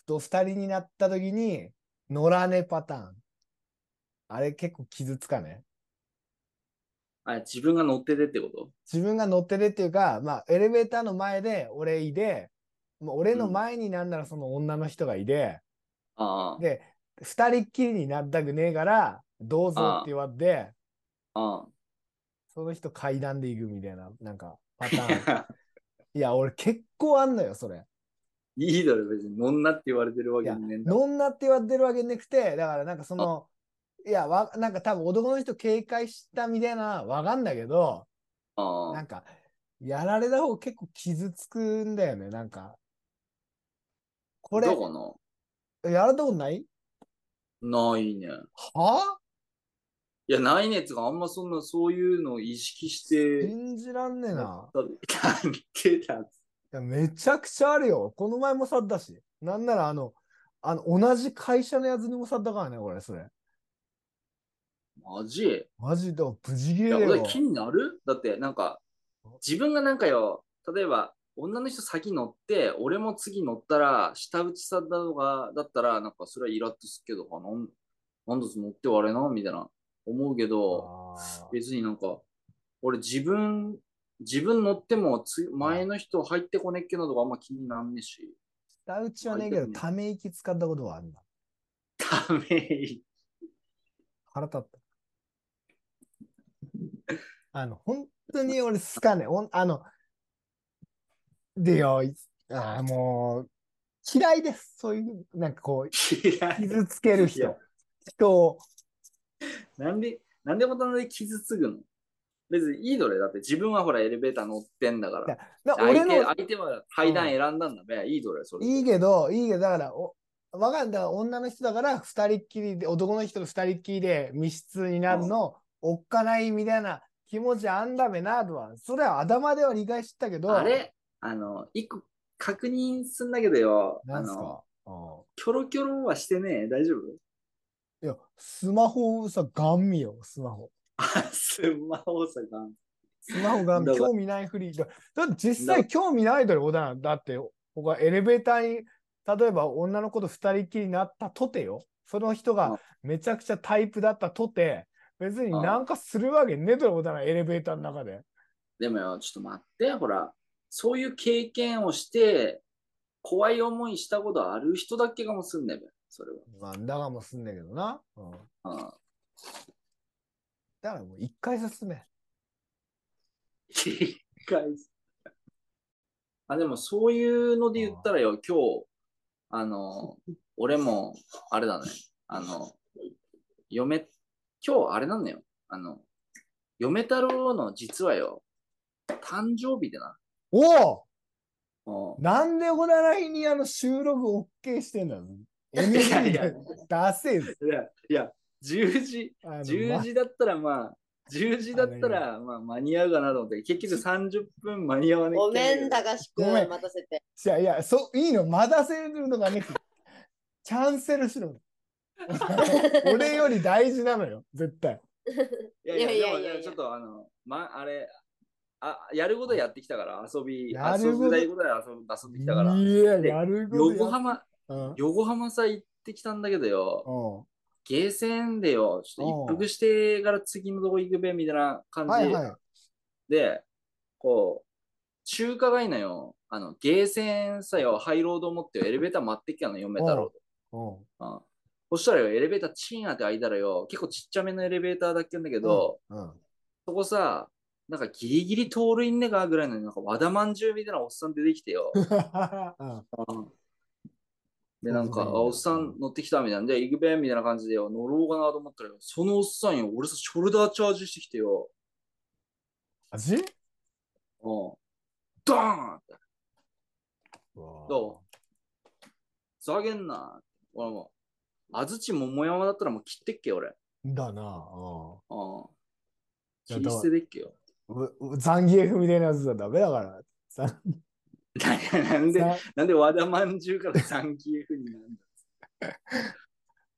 Speaker 1: と二人になった時に、野良ねパターン。あれ結構傷つかね。
Speaker 2: あれ自分が乗っててってこと
Speaker 1: 自分が乗っててっていうか、まあ、エレベーターの前で俺いで、まあ、俺の前になんならその女の人がいで、
Speaker 2: ああ。
Speaker 1: で、二人っきりになったくねえから、どうぞって言われて、
Speaker 2: あ
Speaker 1: その人階段で行くみたいな、なんか、パタ (laughs) ーン。
Speaker 2: あ。
Speaker 1: いや、俺結構あんのよ、それ。
Speaker 2: (laughs) いいだろ、別に。女って言われてるわけじゃねえんだ。
Speaker 1: 女って言われてるわけなくて、だからなんかその、いや、わ、なんか多分男の人警戒したみたいな、わかんだけど、
Speaker 2: あ
Speaker 1: な
Speaker 2: あ
Speaker 1: んか、やられた方結構傷つくんだよね、なんか。これ、
Speaker 2: どこ
Speaker 1: やられたことない
Speaker 2: のないね。
Speaker 1: はい
Speaker 2: や、ないねっつうか、あんまそんな、そういうのを意識して。
Speaker 1: 信じらんねえな。
Speaker 2: だってた。
Speaker 1: いや、めちゃくちゃあるよ。この前もさったし。なんならあの、あの、同じ会社のやつにもさったからね、これ、それ。
Speaker 2: マジ
Speaker 1: マジで、無事切
Speaker 2: い
Speaker 1: れ
Speaker 2: や、
Speaker 1: だ
Speaker 2: 俺
Speaker 1: よ。
Speaker 2: 気になるだって、なんか、自分がなんかよ、例えば、女の人先乗って、俺も次乗ったら、下打ちさんだとか、だったら、なんか、それはイラッとするけど、あ、なん、なんだそ乗って割れな、みたいな、思うけど、
Speaker 1: あー
Speaker 2: 別になんか、俺自分、自分乗ってもつ、前の人入ってこねっけなとかあんま気になんねえし、
Speaker 1: 下打ちはねえけど、
Speaker 2: 相手にね
Speaker 1: ため息使ったことはあんな。
Speaker 2: ため息
Speaker 1: 腹立った。 (laughs) あの、本当に俺好かねえ。おんあの、でよ、いあーもう、嫌いです。そういう、なんかこう、
Speaker 2: 嫌い。
Speaker 1: 傷つける
Speaker 2: いや
Speaker 1: 人。人を。
Speaker 2: (laughs) なんで、なんでもたんで傷つぐの別にいいどれだって自分はほらエレベーター乗ってんだか
Speaker 1: いや
Speaker 2: ら。
Speaker 1: な俺
Speaker 2: 相
Speaker 1: の
Speaker 2: 手相手は階段選んだんだべ、いいどれそれ。
Speaker 1: いいけど、いいけど、だから、おわかんない。女の人だから、二人っきりで、男の人と二人っきりで密室になるの、おっかないみたいな気持ちあんだべな、とは。それは頭では理解してたけど。
Speaker 2: あれあの、一個確認すんだけどよ。
Speaker 1: な
Speaker 2: あ
Speaker 1: んす
Speaker 2: の、
Speaker 1: かうん
Speaker 2: キョロキョロはしてねえ。大丈夫 (laughs)
Speaker 1: いや、スマホさ、ガン見よ、スマホ。
Speaker 2: あ、スマホさが。
Speaker 1: スマホガン見、
Speaker 2: だから
Speaker 1: 興味ないふり。だだって実
Speaker 2: だか
Speaker 1: 際興味ないだろ、小田だって、僕はエレベーターに、例えば女の子と二人っきりになったとてよ。その人
Speaker 2: うん
Speaker 1: がめちゃくちゃタイプだったとて、別になんかするわけねえだろ、小田エレベーターの中で。
Speaker 2: でもよ、ちょっと待って、ほら、そういう経験をして、怖い思いしたことある人だけかもすんねえべ、それ
Speaker 1: まあ、だがもすんだけどな。うん。
Speaker 2: は。うん
Speaker 1: だからもう一回進め。
Speaker 2: 一回あ、でもそういうので言ったらよ、今日、あの、俺も、あれだね、あの、嫁、今日あれなんだよ、あの、嫁太郎の実はよ、誕生日でな、
Speaker 1: おお
Speaker 2: うん
Speaker 1: なんで小田来にあの収録 OK してんだ ?NG
Speaker 2: (laughs) い
Speaker 1: だ
Speaker 2: やい
Speaker 1: ダセえぞ。
Speaker 2: いや、いや、10時、
Speaker 1: あの
Speaker 2: 10時だったらまあ、10時だったらまあ間に合うかなと思って、結局30分間に合わない
Speaker 3: ごめん、高志くん、
Speaker 1: ごめん
Speaker 3: 待たせて。
Speaker 1: じゃあ、いや、そう、いいの、待たせるのがね、キャンセルしろ。 (laughs) 俺より大事なのよ、絶対。
Speaker 2: いやいや
Speaker 3: い
Speaker 2: い
Speaker 3: やい
Speaker 2: や
Speaker 3: やいやいや
Speaker 2: ちょっとあの、ま、あれ、あやることやってきたから、遊び、
Speaker 1: や
Speaker 2: 遊
Speaker 1: ること
Speaker 2: ぶいことは遊ぶ遊んできたから。
Speaker 1: いや、
Speaker 2: で
Speaker 1: やること
Speaker 2: 横浜、
Speaker 1: うん。
Speaker 2: 横浜さ行ってきたんだけどよ、
Speaker 1: うん
Speaker 2: ゲーセンでよ、ちょっと一服してから次のとこ行くべ、みたいな感じ、
Speaker 1: はいはい。
Speaker 2: で、こう、中華街のよ、あの、ゲーセンさよ、入ろうと思ってよエレベーター待ってきたの、嫁太郎と。
Speaker 1: うん
Speaker 2: うんそしたらよ、エレベーターチン当て開いたらよ、結構ちっちゃめのエレベーターだっけんだけど、
Speaker 1: うん。
Speaker 2: そこさ、なんかギリギリ通るいんねがぐらいの、なんか和田まんじゅうみたいなおっさん出てきてよ。
Speaker 1: うん (laughs)
Speaker 2: で、なん
Speaker 1: そう
Speaker 2: か、
Speaker 1: そう
Speaker 2: あおっさん乗ってきたみたいなんで、行くべみたいな感じでよ、乗ろうかなと思ったらよ、そのおっさんよ、俺さ、ショルダーチャージしてきてよ、
Speaker 1: 味
Speaker 2: うん、ドーンって、どふざけんなって。俺も、安土桃山だったらもう切ってっけ、俺。
Speaker 1: うだな。うん
Speaker 2: うん。
Speaker 1: いや
Speaker 2: 切り捨てでっけよ。 (laughs)
Speaker 1: ううザンギエフみたいなやつはダメだから。ザン
Speaker 2: なんで、なんで和田まんじゅうから三級風になんだ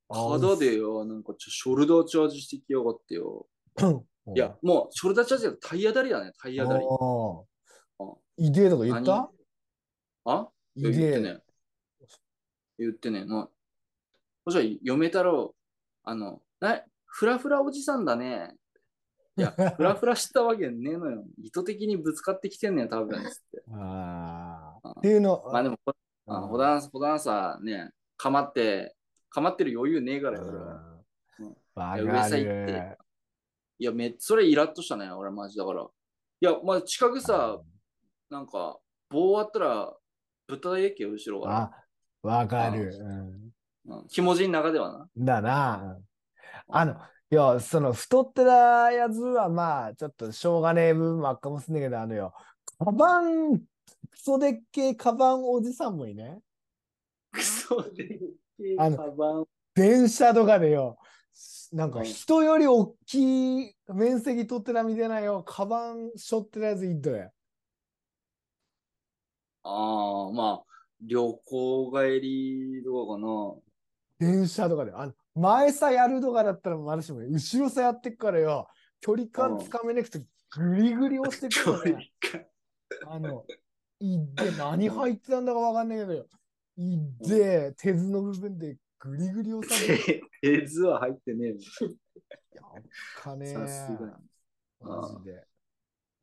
Speaker 2: 肌でよ、なんかちょショルダーチャージしてきやがってよ。
Speaker 1: うん
Speaker 2: いや、もうショルダーチャージだと体当たりだね、体当たり。
Speaker 1: ああ
Speaker 2: うん。
Speaker 1: いでえとか言った
Speaker 2: あいや
Speaker 1: い
Speaker 2: 言って
Speaker 1: でえ。
Speaker 2: ね。言ってね。もうそしたら嫁太郎、あの、なフラフラおじさんだね。いや、フラフラしたわけねえのよ。意図的にぶつかってきてんねよ、多分。つ
Speaker 1: (laughs)
Speaker 2: って
Speaker 1: (laughs) ああ。
Speaker 2: うん
Speaker 1: っていうの。
Speaker 2: まあでも、ほ
Speaker 1: うん
Speaker 2: あホダンス、ホダンサーね、かまって、かまってる余裕ねえからよ。俺は
Speaker 1: うん
Speaker 2: い
Speaker 1: わ
Speaker 2: や
Speaker 1: か
Speaker 2: 上さ行っ
Speaker 1: る。
Speaker 2: いや、めそれイラッとしたね、俺マジだから。いや、まあ近くさ、なんか、棒あったら、ぶっただけけよ、後ろから。
Speaker 1: あ、わかる。うん
Speaker 2: うん、ひもじん中ではな。
Speaker 1: だな。あの、いや、その、太ってたやつは、まあ、ちょっと、しょうがねえ部分もあっかもしんねえけど、あのよ、カバン、クソでっけえカバンおじさんもいね。
Speaker 2: クソでっけえ
Speaker 1: あ
Speaker 2: カ
Speaker 1: の
Speaker 2: バン。
Speaker 1: 電車とかでよ、なんか、
Speaker 2: うん
Speaker 1: 人より大きい面積取ってたみたいなよ、カバン背負ってるやついっとや。
Speaker 2: ああ、まあ、旅行帰りとかかな。
Speaker 1: 電車とかで。あの、前さやるとかだったらまだしもいい、後ろさやってっからよ、距離感つかめなくて、グリグリ押してく
Speaker 2: 距
Speaker 1: る、
Speaker 2: 離
Speaker 1: ね。あの、いで、何入ってたんだかわかんないけどよ。いで、手図の部分でグリグリ押されて
Speaker 2: 感。絵図は入ってねえもん
Speaker 1: やっかね
Speaker 2: さすが。
Speaker 1: マジで。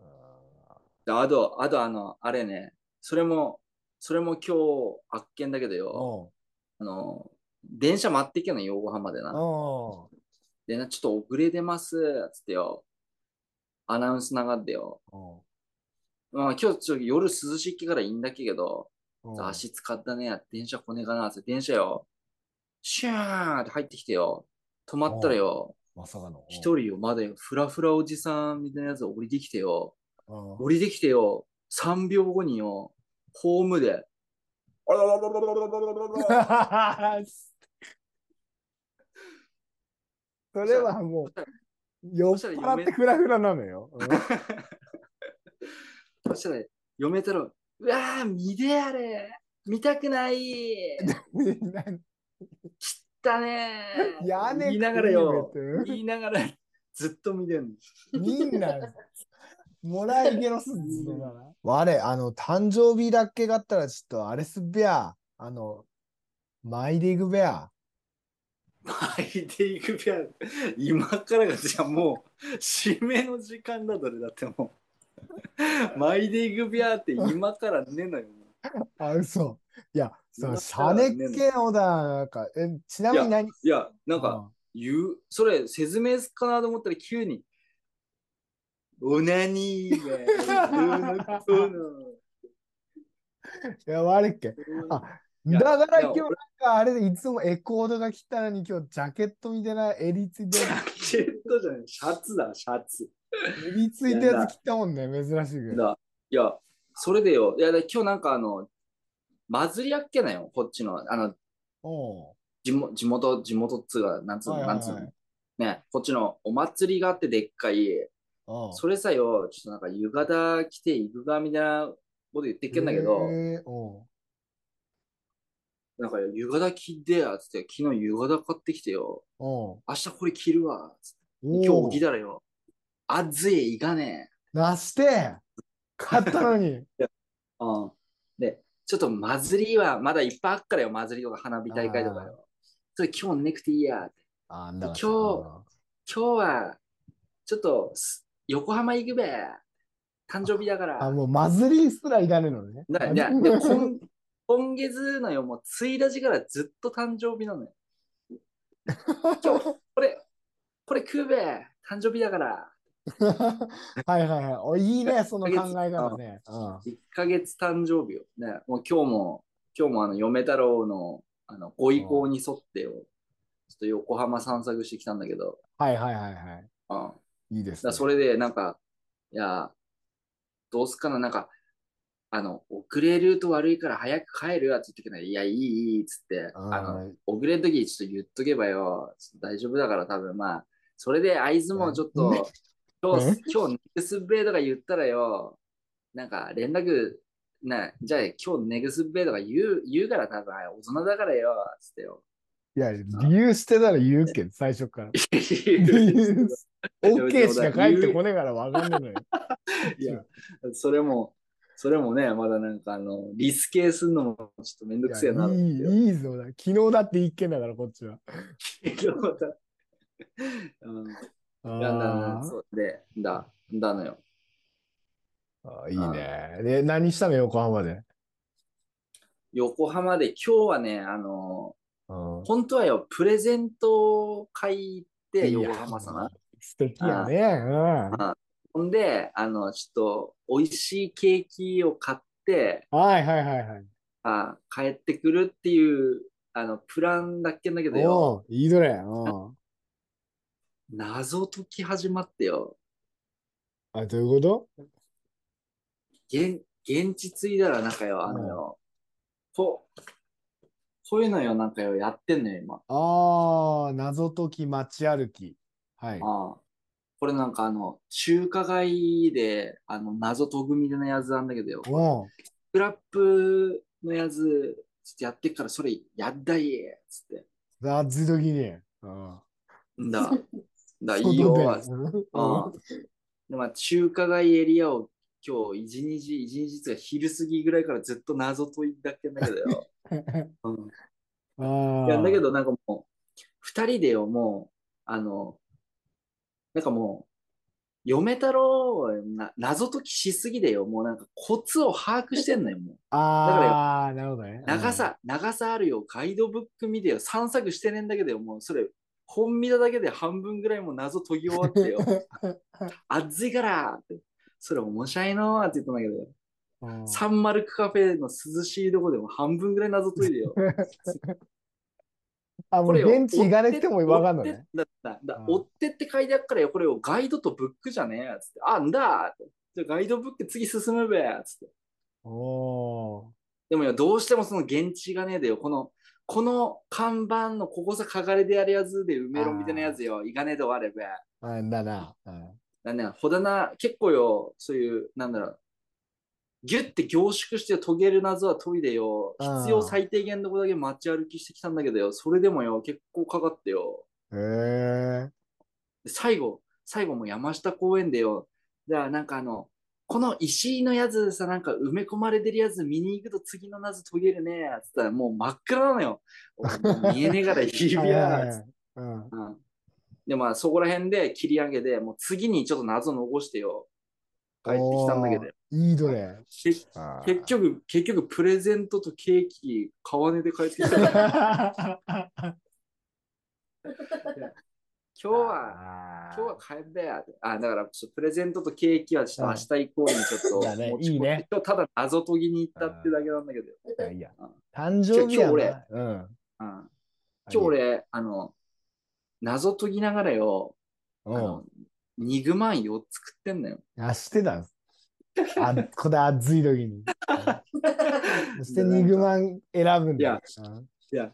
Speaker 1: あ
Speaker 2: であと、あとあの、あれね、それも、それも今日、発見だけど
Speaker 1: ー
Speaker 2: よ、
Speaker 1: おう
Speaker 2: あの、電車待ってけの、横浜でな。
Speaker 1: おう
Speaker 2: でな、ちょっと遅れてます、つってよ、アナウンス流ってよ。
Speaker 1: おう
Speaker 2: まあ、今日ちょっと夜涼しい気からいいんだけど、
Speaker 1: おう
Speaker 2: 足使ったね、電車来ねえかな、つって電車よ、シューンって入ってきてよ、止まったらよ、
Speaker 1: まさかの。
Speaker 2: 一人よ、まだよ、ふらふらおじさんみたいなやつ降りてきてよ、
Speaker 1: うん。(laughs)
Speaker 2: (laughs) 降りてきてよ、3秒後によ、ホームで、あららららららららら
Speaker 1: それはもう、酔っ
Speaker 2: そしたら
Speaker 1: 払ってフラフラなのよ。うん
Speaker 2: そしたら、読めたら、うわー、見でやれ見た
Speaker 1: (laughs)
Speaker 2: くない切ったねー
Speaker 1: やね
Speaker 2: 言いながらよ
Speaker 1: くん、
Speaker 2: 言いながら、ずっと見てんの。
Speaker 1: みんな、もらいゲロすんぞな。我、あの、誕生日だっけがあったら、ちょっとあれすっべや、あの、マイディグベア。
Speaker 2: 巻いていくペア、今からがじゃあもう、締めの時間だ、どれだってもう。巻いていくペアって今からねのよ。
Speaker 1: あ、嘘。いや、その、
Speaker 2: 今
Speaker 1: シ
Speaker 2: 更
Speaker 1: ャ
Speaker 2: はね
Speaker 1: ネッケのだ、なんか、え、ちなみに何
Speaker 2: いや、なん
Speaker 1: あ
Speaker 2: か、言う、それ説明すっかなと思ったら急に、オナニーがどうのこうの
Speaker 1: いや、悪いっけ。あだから今日なんかあれでいつもエコードが来たのに今日ジャケットみたいな襟ついて
Speaker 2: ジャケットじゃない、シャツだ、シャツ。
Speaker 1: 襟ついたやつ着たもんね、珍しく。
Speaker 2: だいや、それでよ、いや、で今日なんかあの、まずりやっけなよ、こっちの、あの、
Speaker 1: おう
Speaker 2: 地元、地元、地元っつうか、なんつう
Speaker 1: は
Speaker 2: の、
Speaker 1: いはい
Speaker 2: な
Speaker 1: はい
Speaker 2: んつうの。ね、こっちのお祭りがあってでっかい、
Speaker 1: おう
Speaker 2: それさよ、ちょっとなんか浴衣着て行くかみたいなこと言ってっけんだけど、
Speaker 1: へーおう
Speaker 2: なんか浴衣着てや、つって、昨日浴衣買ってきてよ、
Speaker 1: おう
Speaker 2: 明日これ着るわ、つって
Speaker 1: おう
Speaker 2: 今日起きたらよ、暑い、行かねえ。
Speaker 1: なして買ったの
Speaker 2: (laughs)
Speaker 1: に。
Speaker 2: うん。で、ちょっと祭りは、まだいっぱいあっからよ、祭りとか花火大会とかよ。それ今日寝なくていいや、って
Speaker 1: あんだ
Speaker 2: からさ今今日は、ちょっとす、横浜行くべ。誕生日だから。
Speaker 1: あ、もうマズリーすらいらねえのね。 (laughs)
Speaker 2: だいやで今今月のよ、もう1日からずっと誕生日なのよ。今日、これ、これ食うべ。誕生日だから。
Speaker 1: はいはいはい。おいい
Speaker 2: (laughs)
Speaker 1: ね、その考え方ね。うん
Speaker 2: 1ヶ月誕生日を。ね、もう今日も、今日もあの、嫁太郎の、あの、ご意向に沿ってを、ちょっと横浜散策してきたんだけど、
Speaker 1: はいはいはいは
Speaker 2: うん。だか
Speaker 1: い。いいですね。
Speaker 2: らそれで、なんか、いや、どうすっかな、なんか、あの、遅れると悪いから早く帰るやつって言ってきたいや、いい、いい、つって、
Speaker 1: うん
Speaker 2: あの、遅れるときちょっと言っとけばよ、ちょっと大丈夫だから多分まあ、それで合図もちょっと、今
Speaker 1: え
Speaker 2: 日、今日ネグスベイとか言ったらよ、なんか連絡、な、じゃあ今日ネグスベイとか言う、言うから多分、あ大人だからよ、つってよ。
Speaker 1: いや、理由してたら言うけ
Speaker 2: (laughs)
Speaker 1: ど、最初から。理由 (laughs) OK しか返ってこねえからわかんないのよ。
Speaker 2: (laughs) いや、それも、それもね、まだなんかあの、リスケするのもちょっとめんどくせえなと
Speaker 1: い
Speaker 2: 思って
Speaker 1: やいいいいぞだ。昨日だって一件だから、こっちは。
Speaker 2: (laughs) うん
Speaker 1: あ
Speaker 2: いやな
Speaker 1: ー
Speaker 2: そうで、だ、だのよ。
Speaker 1: あーいいね。で、何したの、横浜で。
Speaker 2: 横浜で今日はね、あの、
Speaker 1: うん
Speaker 2: 本当はよ、プレゼント会行って、横浜さ
Speaker 1: いや
Speaker 2: ん。
Speaker 1: 素敵やね。うん
Speaker 2: ほんで、あの、ちょっと、美味しいケーキを買って、
Speaker 1: はいはいはいはい。
Speaker 2: あ帰ってくるっていう、あの、プランだっけんだけどよ、
Speaker 1: おういいどれ。うん
Speaker 2: 謎解き始まってよ、
Speaker 1: あ、どういうこと
Speaker 2: 現現実いだらなんかよ、あのよ、こう、こういうのよ、なんかよ、やってんのよ、今。
Speaker 1: ああ、謎解き街歩き。はい。
Speaker 2: ああこれなんかあの、中華街で、あの、謎解くみたいなやつなんだけどよ、ス
Speaker 1: おう
Speaker 2: クラップのやつ、ちょっとやってっから、それやったいえ、つって。
Speaker 1: 謎解きに。うん
Speaker 2: ん (laughs) だ、だ、い
Speaker 1: 外
Speaker 2: いよ、
Speaker 1: で
Speaker 2: つってうんでまあ、中華街エリアを今日一日、一日つか昼過ぎぐらいからずっと謎解いだけんだけど (laughs) よ。うん
Speaker 1: うん。
Speaker 2: いやだけ
Speaker 1: ど。
Speaker 2: どなんかもう、二人でよ、もう、あの、なんかもう、嫁太郎はな謎解きしすぎでよ、もうなんかコツを把握してんのよ、もう。
Speaker 1: ああ、なるほどね。
Speaker 2: 長さ、長さあるよ、ガイドブック見てよ、散策してねえんだけどよ、もうそれ、本見ただけで半分ぐらいもう謎解き終わっ
Speaker 1: (laughs)
Speaker 2: てよ。暑いからって。それ面白いのって言ったんだけどよ。
Speaker 1: うん。うん
Speaker 2: サンマルクカフェの涼しいとこでも半分ぐらい謎解いてよ。
Speaker 1: (laughs) あ、もう
Speaker 2: を
Speaker 1: 現地行かなくてもわかんのね。
Speaker 2: 追ってだだだ
Speaker 1: うん
Speaker 2: 追ってって書いてあっからよ、これをガイドとブックじゃねえやつって。あ、んだってじゃあガイドブック次進むべつって。
Speaker 1: おお
Speaker 2: でもよ、どうしてもその現地がねえでよ、この、この看板のここさ書かれてやるやつで埋めろみたいなやつよ、いかねえとあれべ。
Speaker 1: ー。あだな。うん
Speaker 2: だね、ほだな、結構よ、そういう、なんだろう、ギュッて凝縮して解ける謎は解いでよ、
Speaker 1: あー
Speaker 2: 必要最低限のとこだけ街歩きしてきたんだけどよ、それでもよ、結構かかってよ。
Speaker 1: へえ。
Speaker 2: で最後、最後も山下公園でよ、じゃあなんかあの、この石のやつさ、なんか埋め込まれてるやつ見に行くと次の謎解けるね、つったらもう真っ暗なのよ。おいもう見えねえから指
Speaker 1: はいはいは
Speaker 2: や、つって
Speaker 1: い。うん。
Speaker 2: うんで、まあ、そこら辺で切り上げで、もう次にちょっと謎残してよ、帰ってきたんだけど、
Speaker 1: いいどれ。
Speaker 2: け結局、結局、プレゼントとケーキ、買わねで帰ってき
Speaker 1: (laughs)
Speaker 2: た。今
Speaker 1: あ
Speaker 2: 日は、今日は帰ったや。あ、だから、ちょっとプレゼントとケーキはちょっと明日以降にちょっ
Speaker 1: だ
Speaker 2: と
Speaker 1: ね
Speaker 2: 持ち込んで
Speaker 1: いいね
Speaker 2: 今日ただ謎解きに行ったってだけなんだけど、
Speaker 1: いやいや、誕生日やな。うん。
Speaker 2: うん今日俺、あの、謎解きながらよ、あ
Speaker 1: うん
Speaker 2: の、肉まん4つ食ってんのよ。
Speaker 1: あ、して
Speaker 2: (laughs)
Speaker 1: たんすあ、これ暑い時に。 (laughs) そして肉まん選ぶんだ。
Speaker 2: いや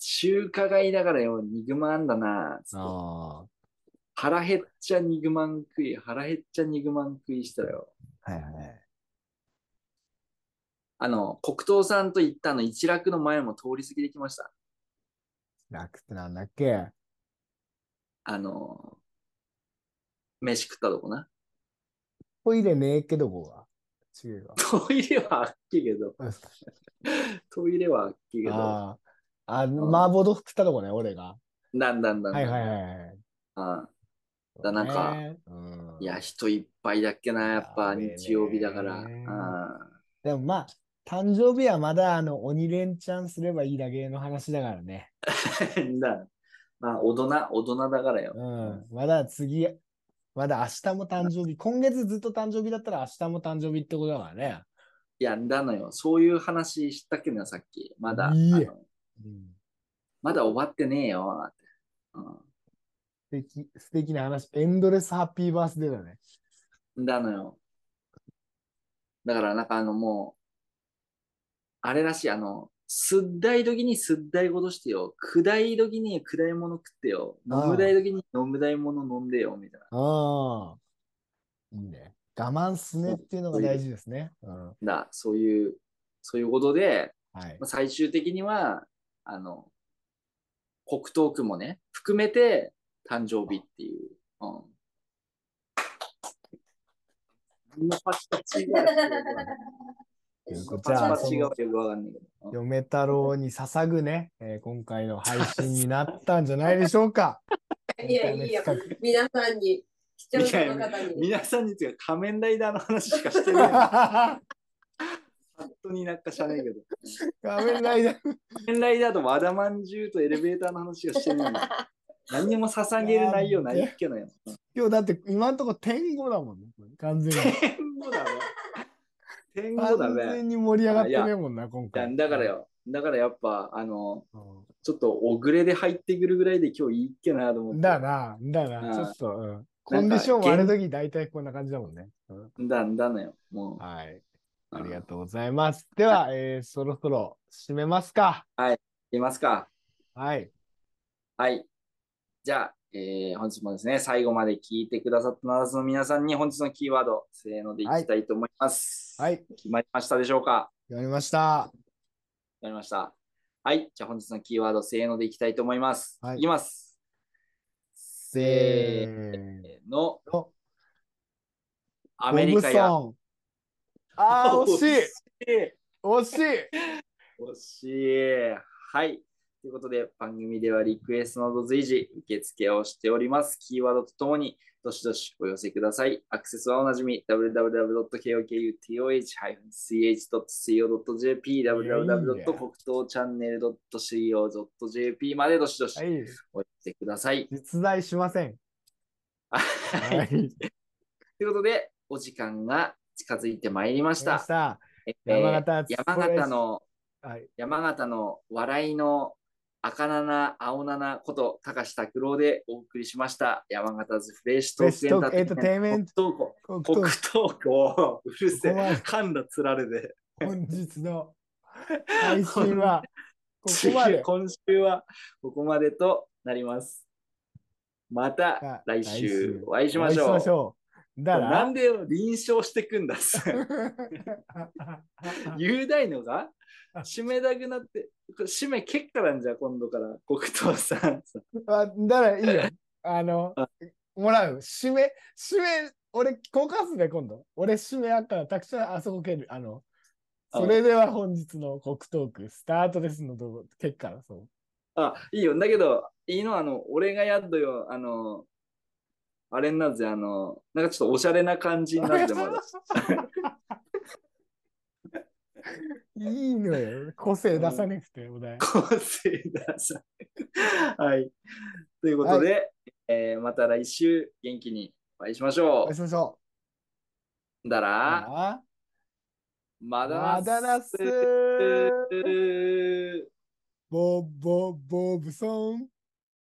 Speaker 2: 中華街だからよ、肉まんだな、つって。
Speaker 1: あ
Speaker 2: 腹減っちゃ肉まん食い、腹減っちゃ肉まん食いしたらよ。
Speaker 1: あー。はいはい。
Speaker 2: あの、黒糖さんと行ったあの一楽の前も通り過ぎてきました。
Speaker 1: 楽ってなんだっけ
Speaker 2: あの、飯食ったとこな。
Speaker 1: トイレねえけどこが。違うか。
Speaker 2: トイレはあっけけど、トイレはあっけけど、
Speaker 1: ああ。あ、麻婆豆腐食ったとこね、俺が。
Speaker 2: なんだんだんだん。
Speaker 1: はいはいはいはい。
Speaker 2: あだなんか
Speaker 1: ね、うん
Speaker 2: いや、人いっぱいだっけな、やっぱ
Speaker 1: やべえね
Speaker 2: 日曜日だから。
Speaker 1: でもまあ、誕生日はまだあの鬼レンチャンすればいいだけの話だからね。
Speaker 2: (laughs) うん。だまあ、大人、大人だからよ。
Speaker 1: うん。まだ次、まだ明日も誕生日、今月ずっと誕生日だったら明日も誕生日ってことだからね。
Speaker 2: いや、んだのよ。そういう話したっけな、さっき。まだ、
Speaker 1: いいえ
Speaker 2: あのまだ終わってねえよ。って
Speaker 1: 素敵、素敵な話。エンドレスハッピーバースデーだね。
Speaker 2: うん。だのよ。だから、なんかあの、もう、あれらしい、あの、すったい時にすったいことしてよ。くだい時にくだいもの食ってよ。
Speaker 1: ああ
Speaker 2: 飲むだい時に飲むだいもの飲んでよ、みたい
Speaker 1: ああ。いいね。我慢すねっていうのが大事ですね。うん。
Speaker 2: な。だ、そういう、そういうことで、
Speaker 1: はい
Speaker 2: まあ。最終的には、あの、北東区もね、含めて誕生日っていう。うん。みんなパチパチがよくわかんない。
Speaker 1: ということ
Speaker 2: パ
Speaker 1: で
Speaker 2: チ
Speaker 1: じゃあ
Speaker 2: パ
Speaker 1: そ
Speaker 2: チが
Speaker 1: の
Speaker 2: よくわかんないけど。うん
Speaker 1: 嫁太郎に捧ぐね、えー今回の配信になったんじゃないでしょう
Speaker 2: (laughs)
Speaker 1: か。
Speaker 3: いやいいよ
Speaker 1: 今回の企
Speaker 3: 皆さんに、視聴者の方に。
Speaker 2: 皆さんについて仮面ライダーの話しかしてない。
Speaker 1: (laughs)
Speaker 2: 本
Speaker 1: 画
Speaker 2: 当になんかしゃねえけど。
Speaker 1: 仮面ライダー。
Speaker 2: 仮面ライダーと和田まんじゅうとエレベーターの話がしてないの。何にも捧げる内容ないっけなよ。
Speaker 1: 今日だって今んとこ天狗だもんね。完全に。
Speaker 2: 天狗だね。天狗だ
Speaker 1: 完
Speaker 2: ね。
Speaker 1: 全に盛り上がってねえもんな、今
Speaker 2: いや
Speaker 1: 回。
Speaker 2: だからよ。だからやっぱ、あの、
Speaker 1: うん。
Speaker 2: ちょっと遅れで入ってくるぐらいで今日いいっけなと思って。
Speaker 1: だな、だな、
Speaker 2: うん
Speaker 1: ちょっと、うん。コンディション悪い時大体こんな感じだもんね。うん
Speaker 2: だんだのよ。もう。
Speaker 1: はい。ありが
Speaker 2: と
Speaker 1: とうございます。では、えーそろそろ締めますか。
Speaker 2: う。いますか。
Speaker 1: はい。
Speaker 2: はい。じゃあ、えー本日もですね、最後まで聞いてくださったナラスの皆さんに本日のキーワード、せーのでいきたいと思います。
Speaker 1: はい。
Speaker 2: 決まりましたでしょうか
Speaker 1: やりました。
Speaker 2: わかりました。はい。じゃあ本日のキーワード、せーのでいきたいと思います。
Speaker 1: はい
Speaker 2: い、きます。
Speaker 1: せ
Speaker 2: せ
Speaker 1: ー
Speaker 2: ーの、
Speaker 1: の。
Speaker 2: アメリカや。
Speaker 1: ボブソン
Speaker 2: (laughs)
Speaker 1: ああ、惜しい
Speaker 2: 惜し
Speaker 1: 惜
Speaker 2: い
Speaker 1: しい
Speaker 2: 惜しい。はい。ということで、番組ではリクエストなど随時受付をしております。キーワードとともに、どしどしお寄せください。アクセスはおなじみ、www.kokutoh-ch.co.jp、
Speaker 1: やいいね
Speaker 2: www.国東チャンネル .co.jp までどしどし
Speaker 1: はい。
Speaker 2: お寄せください。
Speaker 1: 実在しません。
Speaker 2: はい。
Speaker 1: はい。来
Speaker 2: ということで、お時間が近づいてまいりまし
Speaker 1: ま
Speaker 2: た
Speaker 1: し。た。
Speaker 2: えー
Speaker 1: 山形
Speaker 2: 山形の
Speaker 1: はい。
Speaker 2: 山形の笑いの赤七青七こと高橋拓郎でお送りしました山形ズフレッシュトークエンターテイメント
Speaker 1: こ
Speaker 2: 北東湖北東湖をうるせ
Speaker 1: ここま
Speaker 2: え
Speaker 1: で
Speaker 2: 噛んだつられで
Speaker 1: 本日の配信
Speaker 2: (laughs)
Speaker 1: は、ここ
Speaker 2: 次
Speaker 1: まで。
Speaker 2: 今週はここまでとなりますまた来週お会いしまし
Speaker 1: お
Speaker 2: ょ
Speaker 1: 会
Speaker 2: う
Speaker 1: いょうだ
Speaker 2: な
Speaker 1: ら
Speaker 2: んでよ臨床してくん (laughs) だっす雄大のが締めたくなってこれ締め結果なんじゃ今度から黒糖さん
Speaker 1: (laughs) あだからいいよ。
Speaker 2: (laughs)
Speaker 1: あの
Speaker 2: あ、
Speaker 1: もらう。締め、締め、俺、交換すね、今度。俺、締めあったら、たくさんあそこ蹴る。あの、
Speaker 2: あ
Speaker 1: それでは本日の国トーク、スタートですのどう結果だそう。
Speaker 2: あ、いいよ。だけど、いいの、あの、俺がやっとよ、あの、あれになるぜ、あの、なんかちょっとおしゃれな感じになるぜ、まだ。
Speaker 1: いいのよ。個性出さなくて、お題。
Speaker 2: 個性ださ。はい。ということで、えーまた来週、元気にお会いしまし
Speaker 1: お
Speaker 2: ょ
Speaker 1: 会いしましょ
Speaker 2: う。だ
Speaker 1: う。
Speaker 2: ら、
Speaker 1: あ
Speaker 2: まだな
Speaker 1: ま
Speaker 2: っ
Speaker 1: だなっす
Speaker 2: す。
Speaker 1: ボボボブソン。